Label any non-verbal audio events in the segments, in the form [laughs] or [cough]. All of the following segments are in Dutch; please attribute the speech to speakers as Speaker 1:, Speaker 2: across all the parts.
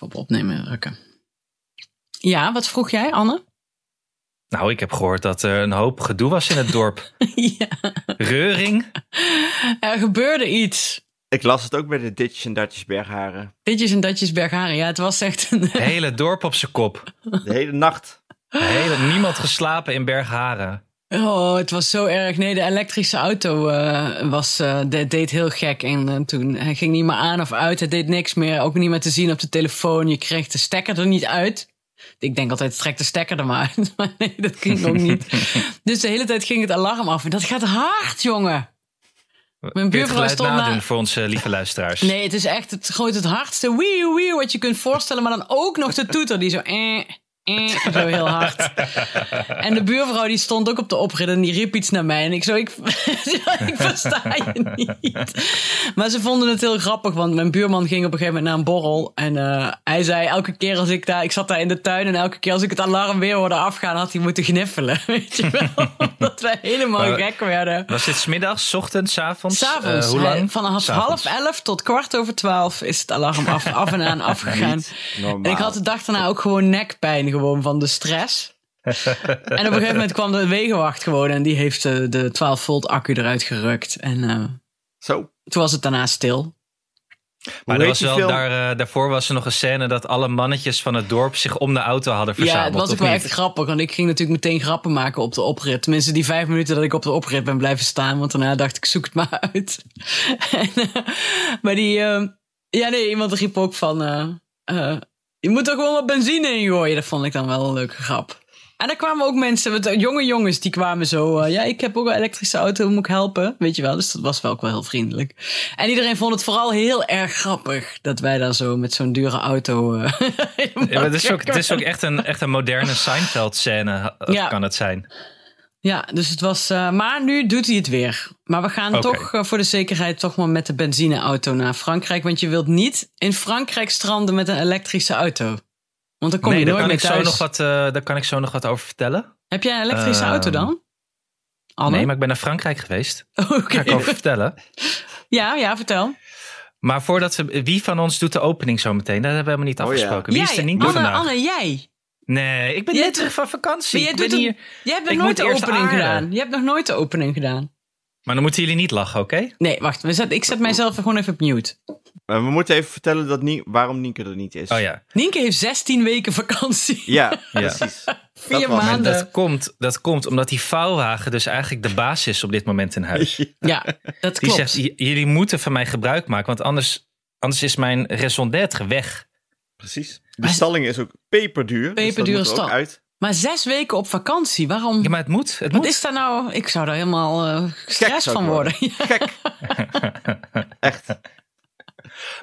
Speaker 1: Op opnemen drukken. Ja, wat vroeg jij, Anne?
Speaker 2: Nou, ik heb gehoord dat er een hoop gedoe was in
Speaker 1: [laughs]
Speaker 2: het dorp.
Speaker 1: ja,
Speaker 2: Reuring?
Speaker 1: er gebeurde iets.
Speaker 3: Ik las het ook bij de Ditjes en Dartjes Bergharen.
Speaker 1: Ditjes en datjes Bergharen. Ja, het was echt een... [laughs]
Speaker 2: Het hele dorp op zijn kop.
Speaker 3: De hele nacht.
Speaker 2: De hele, niemand geslapen in Bergharen.
Speaker 1: Oh, het was zo erg. Nee, de elektrische auto eh, was, eh, de- deed heel gek. En eh, toen hij ging niet meer aan of uit. Het deed niks meer. Ook niet meer te zien op de telefoon. Je kreeg de stekker er niet uit. Ik denk altijd, trek de stekker er maar uit. [laughs] Maar nee, dat ging ook niet. Dus de hele tijd ging het alarm af. En dat gaat hard, jongen.
Speaker 2: Kun je het
Speaker 1: buurvrouw
Speaker 2: geluid
Speaker 1: stond na-
Speaker 2: nadoen voor onze lieve luisteraars?
Speaker 1: Nee, het is echt het gooit het hardste wieuw wieuw wat je kunt voorstellen, maar dan ook nog de toeter die zo eh, eh, zo heel hard. En de buurvrouw die stond ook op de oprit en die riep iets naar mij en ik zo ik, [laughs] ik versta je niet. Maar ze vonden het heel grappig, want mijn buurman ging op een gegeven moment naar een borrel en eh, hij zei elke keer als ik daar ik zat daar in de tuin en elke keer als ik het alarm weer hoorde afgaan had hij moeten gniffelen, [laughs] weet je wel, omdat wij helemaal
Speaker 2: Maar-
Speaker 1: gek werden.
Speaker 2: Was dit 's middags, ochtends, 's avonds?
Speaker 1: S'avonds.
Speaker 2: Eh, hoe lang?
Speaker 1: Van half,
Speaker 2: S'avonds.
Speaker 1: half elf tot kwart over twaalf is het alarm af,
Speaker 2: [laughs]
Speaker 1: af en aan afgegaan.
Speaker 3: Normaal.
Speaker 1: En ik had de dag daarna ook gewoon nekpijn gewoon van de
Speaker 2: [laughs]
Speaker 1: stress. en op een gegeven moment kwam de wegenwacht gewoon en die heeft de, de 12 volt accu eruit gerukt. En eh,
Speaker 3: Zo. Hoe
Speaker 1: toen was het daarna stil.
Speaker 2: Maar er
Speaker 3: heet
Speaker 2: was
Speaker 3: die
Speaker 2: wel,
Speaker 3: film?
Speaker 2: daar, eh, daarvoor was er nog een scène dat alle mannetjes van het dorp zich om de auto hadden
Speaker 1: ja,
Speaker 2: verzameld.
Speaker 1: het was
Speaker 2: of
Speaker 1: ook wel
Speaker 2: niet?
Speaker 1: echt grappig, want ik ging natuurlijk meteen grappen maken op de oprit. Tenminste, die vijf minuten dat ik op de oprit ben blijven staan, want daarna dacht ik, zoek het maar uit. [laughs] en, eh, maar die, eh, ja nee, iemand riep ook van, eh, eh, je moet er gewoon wat benzine in gooien. Dat vond ik dan wel een leuke grap. En daar kwamen ook mensen, want, eh, jonge jongens, die kwamen zo. eh, ja, ik heb ook een elektrische auto, moet ik helpen? Weet je wel, dus dat was wel ook wel heel vriendelijk. En iedereen vond het vooral heel erg grappig dat wij daar zo met zo'n dure auto. eh, [laughs] helemaal
Speaker 2: Ja, maar het, is ook,
Speaker 1: gek
Speaker 2: het
Speaker 1: [laughs]
Speaker 2: is ook echt een, echt een moderne Seinfeld-scène, eh,
Speaker 1: Ja.
Speaker 2: kan het zijn.
Speaker 1: Ja, dus het was. eh, maar nu doet hij het weer. Maar we gaan
Speaker 2: Oké.
Speaker 1: toch eh, voor de zekerheid toch maar met de benzineauto naar Frankrijk. Want je wilt niet in Frankrijk stranden met een elektrische auto. Want dan kom
Speaker 2: nee,
Speaker 1: je
Speaker 2: daar
Speaker 1: nooit
Speaker 2: kan,
Speaker 1: meer
Speaker 2: ik zo
Speaker 1: thuis.
Speaker 2: nog wat, eh, daar kan ik zo nog wat over vertellen.
Speaker 1: Heb jij een elektrische
Speaker 2: Ehm,
Speaker 1: auto dan? Anne?
Speaker 2: Nee, maar ik ben naar Frankrijk
Speaker 1: [laughs]
Speaker 2: geweest.
Speaker 1: Oké. [laughs]
Speaker 2: Daar kan ik over vertellen.
Speaker 1: Ja, ja, vertel.
Speaker 2: Maar voordat we, wie van ons doet de opening zo meteen? Dat hebben we helemaal niet
Speaker 3: Oh, ja.
Speaker 2: afgesproken. Wie is er
Speaker 1: Jij,
Speaker 2: niet
Speaker 1: Anne,
Speaker 2: vandaag?
Speaker 1: Anne, jij.
Speaker 2: Nee, ik ben
Speaker 1: Jij
Speaker 2: net
Speaker 1: doet-
Speaker 2: terug van vakantie.
Speaker 1: Maar jij
Speaker 2: Ik
Speaker 1: doet
Speaker 2: ben
Speaker 1: een-
Speaker 2: hier.
Speaker 1: Jij hebt
Speaker 2: Ik
Speaker 1: nog nooit
Speaker 2: moet
Speaker 1: de
Speaker 2: eerst
Speaker 1: opening
Speaker 2: aarden.
Speaker 1: gedaan. Je hebt nog nooit de opening gedaan.
Speaker 2: Maar dan moeten jullie niet lachen, oké?
Speaker 1: Nee, wacht. we zet- ik zet mijzelf gewoon even op mute.
Speaker 3: Maar we moeten even vertellen dat Nie- waarom Nienke er niet is.
Speaker 2: Oh ja.
Speaker 1: Nienke heeft 16 weken vakantie.
Speaker 3: Ja,
Speaker 2: [laughs] Ja.
Speaker 3: precies.
Speaker 1: Vier
Speaker 3: was-
Speaker 1: maanden.
Speaker 2: Maar dat komt, dat komt omdat die vouwwagen dus eigenlijk de baas is op dit moment in huis.
Speaker 1: Ja, dat
Speaker 2: Die
Speaker 1: [laughs] klopt.
Speaker 2: zegt, "J- jullie moeten van mij gebruik maken, want anders, anders is mijn raison d'être weg.
Speaker 3: Precies. De stalling is ook peperduur. dus dat
Speaker 1: Peperdure
Speaker 3: moet er ook
Speaker 1: stal.
Speaker 3: uit.
Speaker 1: Maar zes weken op vakantie, waarom?
Speaker 2: Ja, maar het moet. Het
Speaker 1: Wat
Speaker 2: moet.
Speaker 1: is daar nou? Ik zou daar helemaal eh gestrest
Speaker 3: zou ik
Speaker 1: van worden. [laughs]
Speaker 3: Gek. Echt.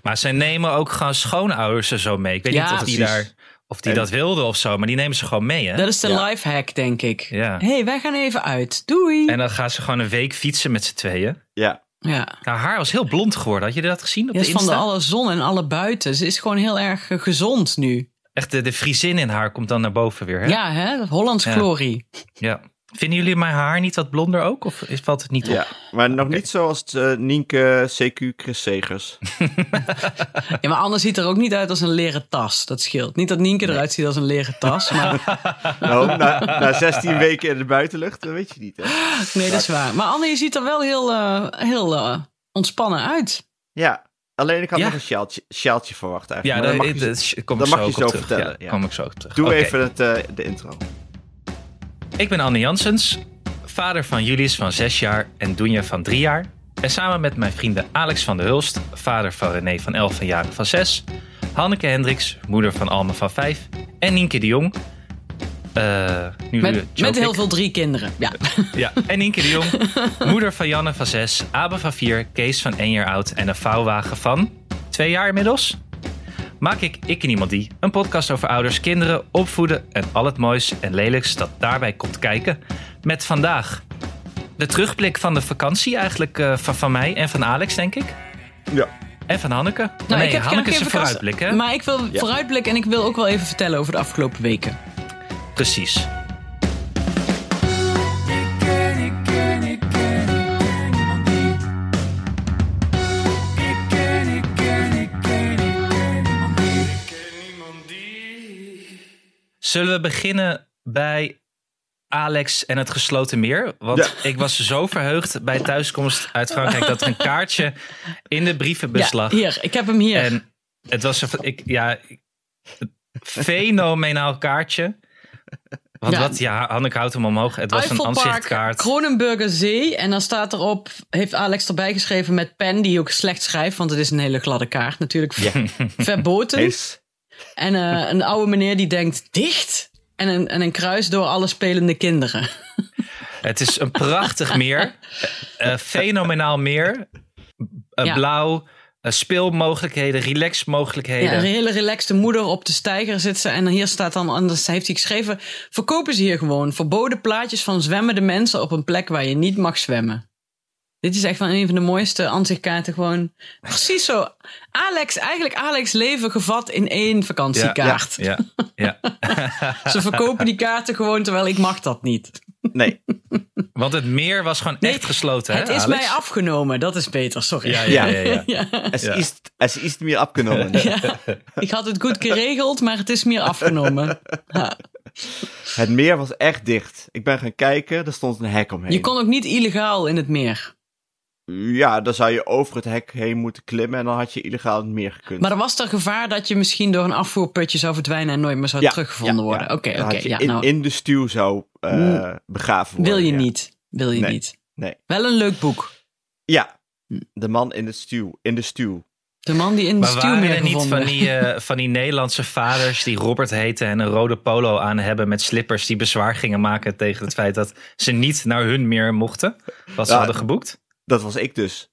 Speaker 2: Maar zij nemen ook gewoon schoonouders er zo mee. Ik weet
Speaker 1: Ja,
Speaker 2: niet of die,
Speaker 3: precies.
Speaker 2: daar, of die
Speaker 3: En-
Speaker 2: dat wilden of zo, maar die nemen ze gewoon mee. Hè?
Speaker 1: Dat is de
Speaker 3: Ja.
Speaker 1: life hack, denk ik.
Speaker 2: Ja.
Speaker 1: hey, wij gaan even uit. Doei.
Speaker 2: En dan gaan ze gewoon een week fietsen met z'n tweeën.
Speaker 3: Ja.
Speaker 1: ja.
Speaker 2: Nou, Haar haar was heel blond geworden. Had je dat gezien op
Speaker 1: Ja,
Speaker 2: de
Speaker 1: is van de
Speaker 2: Insta?
Speaker 1: alle zon en alle buiten. Ze is gewoon heel erg eh, gezond nu.
Speaker 2: Echt de, de Friesin in haar komt dan naar boven weer. Hè?
Speaker 1: Ja, hè? Hollands
Speaker 2: Ja. [laughs]
Speaker 1: glorie.
Speaker 2: Ja. Vinden jullie mijn haar niet wat blonder ook? Of is, valt het niet op?
Speaker 3: ja. Maar nog niet zoals eh, Nienke CQ Chris Segers.
Speaker 1: [laughs] Ja, maar anders ziet er ook niet uit als een leren tas. Dat scheelt. Niet dat Nienke eruit ziet als een leren
Speaker 2: [laughs]
Speaker 1: tas. Maar
Speaker 3: Nou, na, na 16 weken in de buitenlucht, dat weet je niet, hè?
Speaker 1: nee, dat is waar. Maar Anne, je ziet er wel heel, eh, heel eh, ontspannen uit.
Speaker 3: Ja. Alleen ik had
Speaker 2: Ja.
Speaker 3: nog een sjaaltje, sjaaltje verwacht
Speaker 2: Ja,
Speaker 3: eigenlijk.
Speaker 2: dat,
Speaker 3: Maar dan mag je-
Speaker 2: dat- kom
Speaker 3: dat
Speaker 2: ik
Speaker 3: mag
Speaker 2: zo
Speaker 3: je
Speaker 2: ook
Speaker 3: zo
Speaker 2: op terug.
Speaker 3: vertellen,
Speaker 2: Ja,
Speaker 3: ja.
Speaker 2: kom ik zo op terug.
Speaker 3: Doe
Speaker 2: Oké.
Speaker 3: even het, eh, de intro.
Speaker 2: Ik ben Anne Janssens, vader van Julius van 6 jaar en Doenja van 3 jaar. En samen met mijn vrienden Alex van der Hulst, vader van René van 11 en Jaren van 6. Hanneke Hendricks, moeder van Alma van 5. En Nienke de Jong. eh, nu
Speaker 1: Met,
Speaker 2: eh,
Speaker 1: met
Speaker 2: joke
Speaker 1: heel
Speaker 2: ik.
Speaker 1: veel drie kinderen. Ja. [laughs]
Speaker 2: Ja, en Nienke de Jong, moeder van Janne van 6, Abe van 4, Kees van 1 jaar oud en een vouwwagen van 2 jaar inmiddels. Maak ik Ik en Iemand Die, een podcast over ouders, kinderen, opvoeden en al het moois en lelijks dat daarbij komt kijken. Met vandaag de terugblik van de vakantie eigenlijk eh, van, van mij en van Alex, denk ik.
Speaker 3: Ja.
Speaker 2: En van Hanneke.
Speaker 1: Nou,
Speaker 2: nee,
Speaker 1: ik heb geen
Speaker 2: Hanneke is
Speaker 1: geen
Speaker 2: een
Speaker 1: vakantie,
Speaker 2: vooruitblik, hè?
Speaker 1: Maar ik wil
Speaker 3: Ja.
Speaker 1: vooruitblikken en ik wil ook wel even vertellen over de afgelopen weken.
Speaker 2: Precies. Zullen we beginnen bij Alex en het gesloten meer? Want ik was zo verheugd bij thuiskomst uit Frankrijk dat er een kaartje in de brievenbus
Speaker 1: Ja,
Speaker 2: lag.
Speaker 1: hier, ik heb hem hier.
Speaker 2: En het was een, ik, ja, een fenomenaal kaartje. Want
Speaker 1: Ja.
Speaker 2: wat, ja, Hanneke houdt hem omhoog. Het was een
Speaker 1: Eiffelpark,
Speaker 2: ansichtkaart.
Speaker 1: Kronenburger Zee. En dan staat erop, heeft Alex erbij geschreven met pen, die ook slecht schrijft, want het is een hele gladde kaart natuurlijk. [laughs] Verboten.
Speaker 3: Eens.
Speaker 1: En eh, een oude meneer die denkt, dicht? En een, en een kruis door alle spelende kinderen.
Speaker 2: Het is een prachtig meer. Eh, fenomenaal meer. Eh,
Speaker 1: Ja.
Speaker 2: Blauw. eh, speelmogelijkheden,
Speaker 1: Ja,
Speaker 2: relaxmogelijkheden.
Speaker 1: een hele relaxte moeder op de steiger zit ze. En hier staat dan, anders heeft hij geschreven, verkopen ze hier gewoon verboden plaatjes van zwemmende mensen op een plek waar je niet mag zwemmen. Dit is echt wel een van de mooiste ansichtkaarten. Gewoon precies zo. Alex, eigenlijk Alex leven gevat in één vakantiekaart.
Speaker 2: ja, ja.
Speaker 1: Ze verkopen die kaarten gewoon, terwijl ik mag dat niet.
Speaker 3: Nee.
Speaker 2: Want het meer was gewoon
Speaker 1: Nee,
Speaker 2: echt gesloten.
Speaker 1: Het
Speaker 2: hè,
Speaker 1: is
Speaker 2: Alex?
Speaker 1: mij afgenomen, dat is beter, sorry.
Speaker 2: Ja, ja, ja. ja.
Speaker 3: Es
Speaker 2: Ja.
Speaker 3: ist, es ist mir abgenommen.
Speaker 1: Ja, ik had het goed geregeld, maar het is meer
Speaker 2: [laughs]
Speaker 1: afgenomen. Ja.
Speaker 3: Het meer was echt dicht. Ik ben gaan kijken, er stond een hek omheen.
Speaker 1: Je kon ook niet illegaal in het meer.
Speaker 3: Ja, dan zou je over het hek heen moeten klimmen en dan had je illegaal in het meer gekund.
Speaker 1: Maar er was er gevaar dat je misschien door een afvoerputje zou verdwijnen en nooit meer zou
Speaker 3: Ja,
Speaker 1: teruggevonden
Speaker 3: ja, ja.
Speaker 1: worden. Oké,
Speaker 3: Dan
Speaker 1: oké.
Speaker 3: had je
Speaker 1: ja,
Speaker 3: in,
Speaker 1: nou,
Speaker 3: in de stuw zou eh,
Speaker 1: Mm.
Speaker 3: begraven worden.
Speaker 1: wil je
Speaker 3: ja.
Speaker 1: niet. Wil je
Speaker 3: Nee,
Speaker 1: niet.
Speaker 3: nee.
Speaker 1: Wel een leuk boek.
Speaker 3: Ja,
Speaker 1: Mm.
Speaker 3: de man in de stuw. In de stuw.
Speaker 1: De man die in de
Speaker 2: Maar
Speaker 1: stuw
Speaker 2: waren
Speaker 1: meer
Speaker 2: er niet
Speaker 1: gevonden.
Speaker 2: van die, eh, van die Nederlandse vaders die Robert heten en een rode polo aan hebben met slippers die bezwaar gingen maken tegen het feit dat ze niet naar hun meer mochten? Wat ze
Speaker 3: Ja.
Speaker 2: hadden geboekt?
Speaker 1: [laughs]
Speaker 3: Dat was ik dus.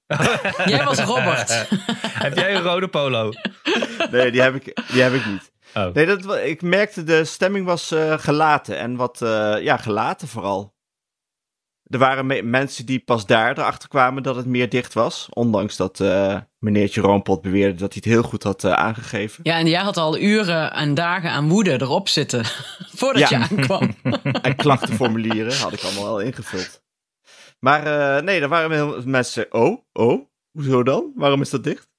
Speaker 1: Jij was
Speaker 2: [laughs]
Speaker 1: Robert.
Speaker 2: Heb jij een rode polo?
Speaker 1: Oh,
Speaker 3: Nee, die heb ik, die heb ik niet.
Speaker 2: Oh.
Speaker 3: Nee, dat, wa- ik merkte de stemming was eh, gelaten. En wat, eh, ja, gelaten vooral. Er waren me- mensen die pas daar erachter kwamen dat het meer dicht was. Ondanks dat eh meneertje Roompot beweerde dat hij het heel goed had eh, aangegeven.
Speaker 1: Ja, en jij had al uren en dagen aan woede erop zitten. [laughs] Voordat
Speaker 3: Ja.
Speaker 1: je aankwam.
Speaker 3: En klachtenformulieren had ik allemaal al ingevuld. Maar eh, nee, daar waren heel veel mensen. Oh, oh, hoezo dan? Waarom is dat dicht?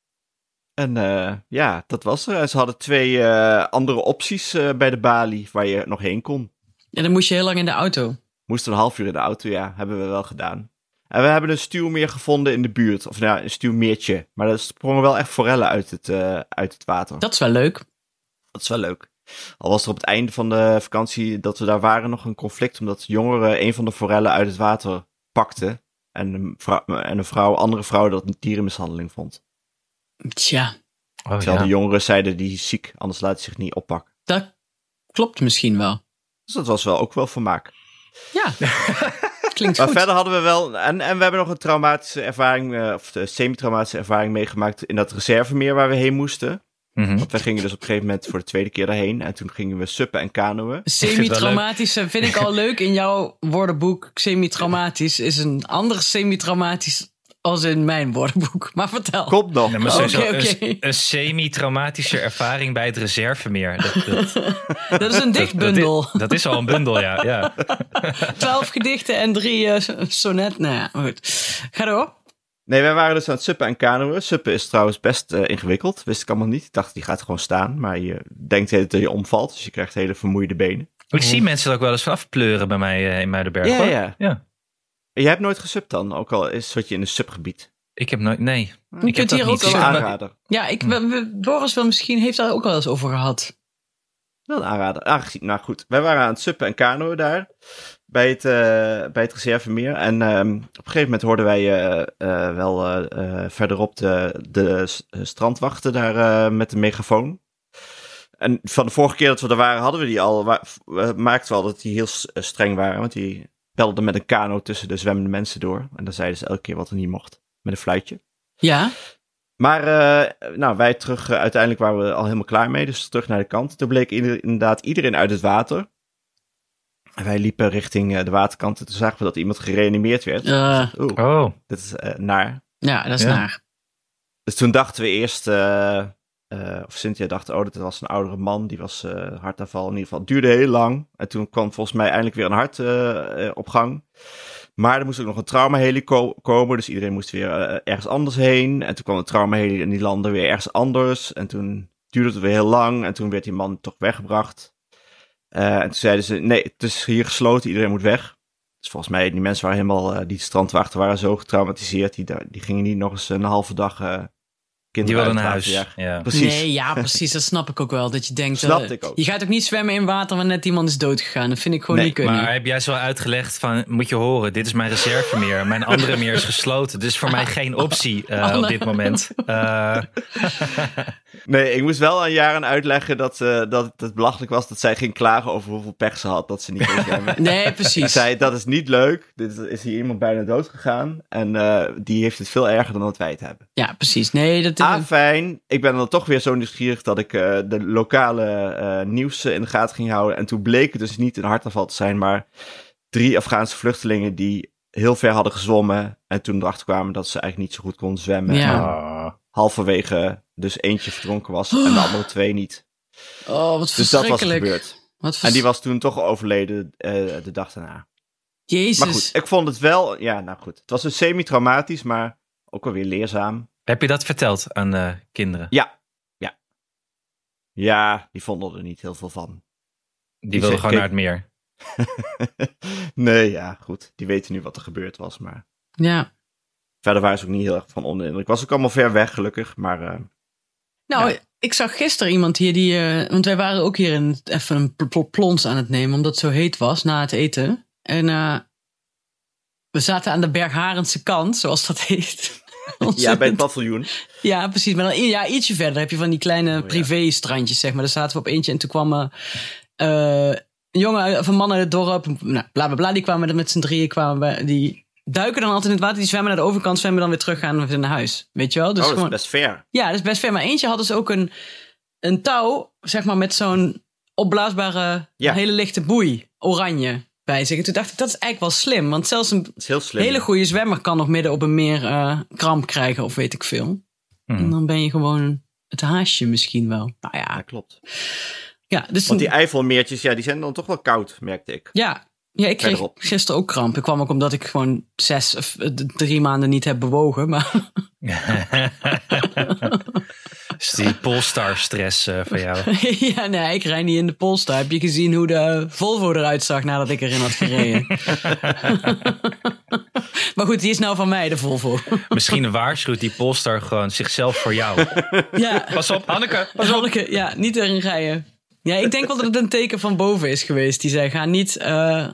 Speaker 3: En eh, ja, dat was er. En ze hadden twee eh, andere opties eh, bij de balie waar je nog heen kon.
Speaker 1: En dan moest je heel lang in de auto.
Speaker 3: Moest een half uur in de auto, ja, hebben we wel gedaan. En we hebben een stuwmeer gevonden in de buurt. Of nou, ja, een stuwmeertje. Maar er sprongen wel echt forellen uit het, eh, uit het water.
Speaker 1: Dat is wel leuk.
Speaker 3: Dat is wel leuk. Al was er op het einde van de vakantie dat we daar waren nog een conflict. Omdat jongeren een van de forellen uit het water pakten. En een vrouw, en een vrouw, andere vrouw dat een dierenmishandeling vond.
Speaker 1: Tja,
Speaker 2: Oh,
Speaker 3: Terwijl
Speaker 2: ja.
Speaker 3: de jongeren zeiden die is ziek, anders laat hij zich niet oppakken.
Speaker 1: dat klopt misschien wel.
Speaker 3: Dus dat was wel ook wel vermaak. [laughs]
Speaker 1: Ja, klinkt
Speaker 3: Maar
Speaker 1: goed.
Speaker 3: verder hadden we wel. En, en we hebben nog een traumatische ervaring. eh, of de semi-traumatische ervaring meegemaakt. in dat reservemeer waar we heen moesten.
Speaker 2: Mhm.
Speaker 3: Want we gingen dus op een gegeven moment voor de tweede keer daarheen. En toen gingen we suppen en kanoën.
Speaker 1: Semi-traumatische eh, vind ik
Speaker 3: [laughs]
Speaker 1: al leuk in jouw woordenboek. Semi-traumatisch is een ander semi-traumatisch als in mijn woordenboek. Maar vertel.
Speaker 3: Komt nog.
Speaker 2: Nee, maar sowieso
Speaker 1: Oké, oké.
Speaker 2: Een, een semi-traumatische ervaring bij het reservemeer. Dat, dat,
Speaker 1: Dat is een
Speaker 2: dat,
Speaker 1: dichtbundel.
Speaker 2: is, dat is al een bundel, ja. ja.
Speaker 1: Twaalf gedichten en drie eh, sonnet. Nou ja, goed. Ga door.
Speaker 3: Nee, wij waren dus aan het suppen en kanoën. Suppen is trouwens best eh, ingewikkeld. Wist ik allemaal niet. Ik dacht, die gaat gewoon staan. Maar je denkt de hele tijd dat je omvalt. Dus je krijgt hele vermoeide benen.
Speaker 2: Ik
Speaker 1: Oh.
Speaker 2: zie mensen er ook wel eens van afpleuren bij mij eh, in Muidenberg.
Speaker 3: Ja,
Speaker 2: hoor.
Speaker 3: ja.
Speaker 2: ja.
Speaker 3: En jij hebt nooit gesupt dan? Ook al is wat je in een subgebied.
Speaker 2: Ik heb nooit... Nee.
Speaker 1: Je
Speaker 2: heb
Speaker 1: kunt
Speaker 2: dat
Speaker 1: hier
Speaker 2: niet.
Speaker 1: ook
Speaker 3: Dat is een
Speaker 2: Ik-
Speaker 1: al.
Speaker 3: aanrader.
Speaker 1: Ja, ik,
Speaker 3: Hm.
Speaker 1: we- we- Boris wel misschien heeft daar ook wel eens over gehad.
Speaker 3: Wel een aanrader. Aangezien, nou goed. Wij waren aan het suppen en kanoën daar. Bij het, eh, bij het reservemeer. En ehm, op een gegeven moment hoorden wij eh, eh, wel eh, eh, verderop de, de s- eh, strandwachten daar eh, met de megafoon. En van de vorige keer dat we er waren, hadden we die al. Wa- f- we maakten wel dat die heel s- eh, streng waren. Want die belden met een kano tussen de zwemmende mensen door. En dan zeiden ze elke keer wat er niet mocht. Met een fluitje.
Speaker 1: Ja,
Speaker 3: Maar eh, nou, wij terug, eh, uiteindelijk waren we al helemaal klaar mee, dus terug naar de kant. Toen bleek ieder- inderdaad iedereen uit het water. En wij liepen richting eh, de waterkant en toen zagen we dat iemand gereanimeerd werd.
Speaker 1: Eh,
Speaker 3: Oeh,
Speaker 2: Oh.
Speaker 3: dit is eh, naar.
Speaker 1: ja dat is
Speaker 2: Ja.
Speaker 1: naar.
Speaker 3: Dus toen dachten we eerst, eh, eh, of Cynthia dacht, oh, dat was een oudere man, die was eh hartaanval. In ieder geval, het duurde heel lang. En toen kwam volgens mij eindelijk weer een hart eh, eh, op gang. Maar er moest ook nog een traumaheli ko- komen, dus iedereen moest weer eh, ergens anders heen. En toen kwam een traumaheli en die landde weer ergens anders. En toen duurde het weer heel lang en toen werd die man toch weggebracht. Eh, en toen zeiden ze, nee, het is hier gesloten, iedereen moet weg. Dus volgens mij, die mensen waren helemaal, eh, die strandwachten waren zo getraumatiseerd. Die, da- die gingen niet nog eens een halve dag eh kinderen
Speaker 2: Die wilden naar
Speaker 3: uitlaten,
Speaker 2: huis.
Speaker 3: ja.
Speaker 2: Ja.
Speaker 3: Precies.
Speaker 1: Nee, ja, precies. Dat snap ik ook wel. Dat je denkt.
Speaker 3: Snapte
Speaker 1: eh,
Speaker 3: ik ook.
Speaker 1: Je gaat ook niet zwemmen in water waar net iemand is doodgegaan. Dat vind ik gewoon
Speaker 3: Nee,
Speaker 1: niet kunnen.
Speaker 2: Maar heb jij zo uitgelegd van, moet je horen, dit is mijn reservemeer. Mijn andere meer is gesloten. Dus voor mij geen optie eh, op dit moment. Eh,
Speaker 3: Nee, ik moest wel aan Jaren uitleggen dat, eh, dat het belachelijk was dat zij ging klagen over hoeveel pech ze had dat ze niet
Speaker 1: [laughs]
Speaker 3: kon zwemmen.
Speaker 1: Nee,
Speaker 3: Hij [laughs]
Speaker 1: precies.
Speaker 3: zei, dat is niet leuk. Dit is hier iemand bijna dood gegaan. En eh, die heeft het veel erger dan dat wij het hebben.
Speaker 1: Ja, precies. Nee, dat
Speaker 3: Ah, fijn. Ik ben dan toch weer zo nieuwsgierig dat ik eh, de lokale eh, nieuws eh, in de gaten ging houden. En toen bleek het dus niet een hartaanval te zijn, maar drie Afghaanse vluchtelingen die heel ver hadden gezwommen. En toen erachter kwamen dat ze eigenlijk niet zo goed konden zwemmen.
Speaker 1: Ja.
Speaker 3: En halverwege dus eentje verdronken was en de andere twee niet.
Speaker 1: Oh, wat
Speaker 3: Dus dat was er
Speaker 1: verschrikkelijk.
Speaker 3: gebeurd.
Speaker 1: Wat
Speaker 3: En
Speaker 1: vers-
Speaker 3: die was toen toch overleden eh, de dag daarna.
Speaker 1: Jezus.
Speaker 3: Maar goed, ik vond het wel. Ja, nou goed. Het was dus semi-traumatisch, maar ook wel weer leerzaam.
Speaker 2: heb je dat verteld aan eh, kinderen?
Speaker 3: Ja, die vonden er niet heel veel van. [laughs]
Speaker 2: Die wilden
Speaker 3: zeg,
Speaker 2: gewoon naar het meer.
Speaker 3: kijk. nee, ja, goed. Die weten nu wat er gebeurd was, maar
Speaker 1: Ja.
Speaker 3: verder waren ze ook niet heel erg van onder de indruk. Ik was ook allemaal ver weg, gelukkig, maar eh,
Speaker 1: Nou,
Speaker 3: Ja.
Speaker 1: ik zag gisteren iemand hier die. eh, want wij waren ook hier in, even een pl- pl- plons aan het nemen, omdat het zo heet was na het eten. En eh, we zaten aan de Bergharendse kant, zoals dat [laughs] heet.
Speaker 3: ja, bij
Speaker 1: Ontzettend.
Speaker 3: het paviljoen. Oh,
Speaker 1: Ja, precies. Maar dan i- ja, ietsje verder heb je van die kleine
Speaker 3: ja.
Speaker 1: privé-strandjes, zeg maar. Daar zaten we op eentje en toen kwam eh, eh, een jongen uit- of een man uit het dorp. Nou, bla bla bla. Die kwamen er met z'n drieën. Kwamen bij, die duiken dan altijd in het water. Die zwemmen naar de overkant, zwemmen dan weer terug gaan weer naar huis. Weet je wel? Dus
Speaker 3: oh, dat
Speaker 1: gewoon,
Speaker 3: is best ver.
Speaker 1: Ja, dat is best ver. Maar eentje had dus ook een, een touw, zeg maar, met zo'n opblaasbare,
Speaker 3: Ja.
Speaker 1: hele lichte boei, oranje, bij zich. En toen dacht ik, dat is eigenlijk wel slim. Want zelfs een
Speaker 3: Dat is heel slim.
Speaker 1: hele goede zwemmer kan nog midden op een meer eh, kramp krijgen of weet ik veel.
Speaker 3: Hmm.
Speaker 2: Mhm.
Speaker 1: En dan ben je gewoon het haasje misschien wel. Nou
Speaker 3: Ja,
Speaker 1: ja,
Speaker 3: klopt.
Speaker 1: ja dus [laughs]
Speaker 3: Want die Eifelmeertjes, ja, die zijn dan toch wel koud, merkte ik.
Speaker 1: ja, ja, ik kreeg
Speaker 3: Verderop.
Speaker 1: gisteren ook kramp. Ik kwam ook omdat ik gewoon zes of eh, d- drie maanden niet heb bewogen. Maar
Speaker 2: Is Dus die Polestar stress eh, van
Speaker 1: [laughs]
Speaker 2: jou?
Speaker 1: ja, nee, ik rij niet in de Polestar. Heb je gezien hoe de Volvo eruit zag nadat ik erin had gereden? [laughs] maar goed, die is nou van mij, de Volvo. [laughs]
Speaker 2: Misschien waarschuwt die Polestar gewoon zichzelf voor jou.
Speaker 1: ja,
Speaker 2: Pas op, Hanneke. Pas op.
Speaker 1: Hanneke, ja, niet erin rijden. Ja, ik denk wel dat het een teken van boven is geweest. Die zei, ga niet, eh,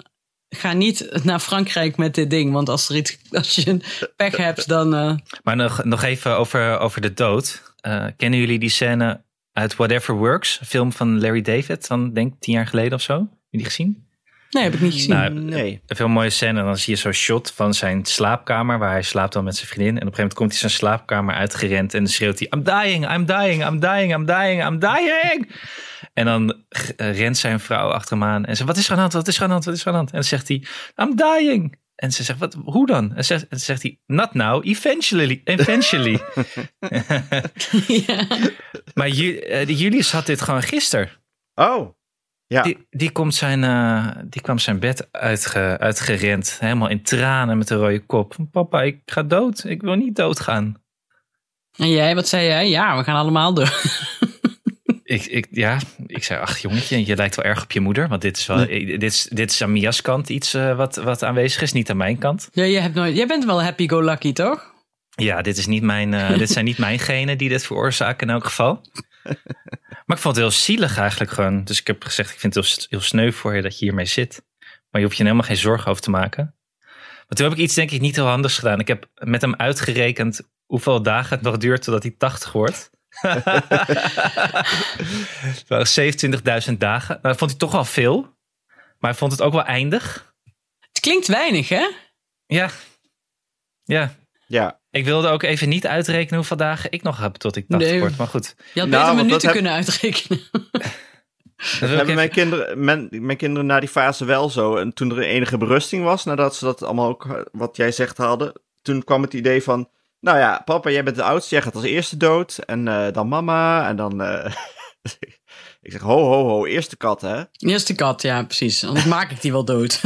Speaker 1: ga niet naar Frankrijk met dit ding. Want als, er iets, als je een pech hebt, dan... eh,
Speaker 2: Maar nog, nog even over, over de dood. Eh, kennen jullie die scène uit Whatever Works? Een film van Larry David, dan denk ik tien jaar geleden of zo. Heb je die gezien?
Speaker 1: nee, heb ik niet gezien.
Speaker 3: Eh,
Speaker 2: Nou,
Speaker 3: Nee.
Speaker 2: Een veel mooie scène. En dan zie je zo'n shot van zijn slaapkamer, waar hij slaapt dan met zijn vriendin. En op een gegeven moment komt hij zijn slaapkamer uitgerend en dan schreeuwt hij: I'm dying, I'm dying, I'm dying, I'm dying, I'm dying. En dan eh, rent zijn vrouw achter hem aan en zegt: Wat is er aan de hand? Wat is er aan de hand? Wat is er aan de hand? En dan zegt hij: I'm dying. En ze zegt: Wat, hoe dan? En zegt, en zegt hij: Not now, eventually. eventually. [laughs]
Speaker 1: ja.
Speaker 2: Maar Ju- eh, die Julius had dit gewoon gisteren.
Speaker 3: Oh, ja.
Speaker 2: Die, die, komt zijn, eh, die kwam zijn bed uitge, uitgerend. Helemaal in tranen met een rode kop. Papa, ik ga dood. Ik wil niet doodgaan.
Speaker 1: En jij, wat zei jij? Ja, we gaan allemaal door. [laughs]
Speaker 2: Ik, ik, ja, ik zei, ach jongetje, je lijkt wel erg op je moeder. Want dit is, wel, eh, dit is, dit is aan Mia's kant iets eh, wat, wat aanwezig is. Niet aan mijn kant.
Speaker 1: Ja, jij, hebt nooit, jij bent wel happy-go-lucky, toch?
Speaker 2: Ja, dit, is niet mijn, eh, dit zijn niet mijn genen die dit veroorzaken in elk geval. Maar ik vond het heel zielig eigenlijk gewoon. Dus ik heb gezegd, ik vind het heel, s- heel sneu voor je dat je hiermee zit. Maar je hoeft je helemaal geen zorgen over te maken. Maar toen heb ik iets denk ik niet heel handigs gedaan. Ik heb met hem uitgerekend hoeveel dagen het nog duurt totdat hij 80 wordt. Het waren 27.000 dagen. Nou, dat vond hij toch wel veel. Maar hij vond het ook wel eindig.
Speaker 1: Het klinkt weinig, hè?
Speaker 2: Ja. Ja.
Speaker 3: ja.
Speaker 2: Ik wilde ook even niet uitrekenen hoeveel dagen ik nog heb tot ik 80
Speaker 1: Nee.
Speaker 2: word. Maar goed.
Speaker 1: Je had
Speaker 3: Nou,
Speaker 1: beter
Speaker 3: want dat
Speaker 1: minuten
Speaker 3: heb-
Speaker 1: kunnen uitrekenen.
Speaker 2: Dat wil ik
Speaker 3: Hebben
Speaker 2: even-
Speaker 3: mijn kinderen, mijn, mijn kinderen na die fase wel zo. En toen er enige berusting was, nadat ze dat allemaal ook, eh, wat jij zegt, hadden. Toen kwam het idee van, nou ja, papa, jij bent de oudste, jij gaat als eerste dood. En eh, dan mama, en dan... eh, [laughs] ik zeg, ho, ho, ho, eerste kat, hè?
Speaker 1: Eerste kat, ja, precies.
Speaker 2: [laughs]
Speaker 1: Anders maak ik die wel dood. [laughs]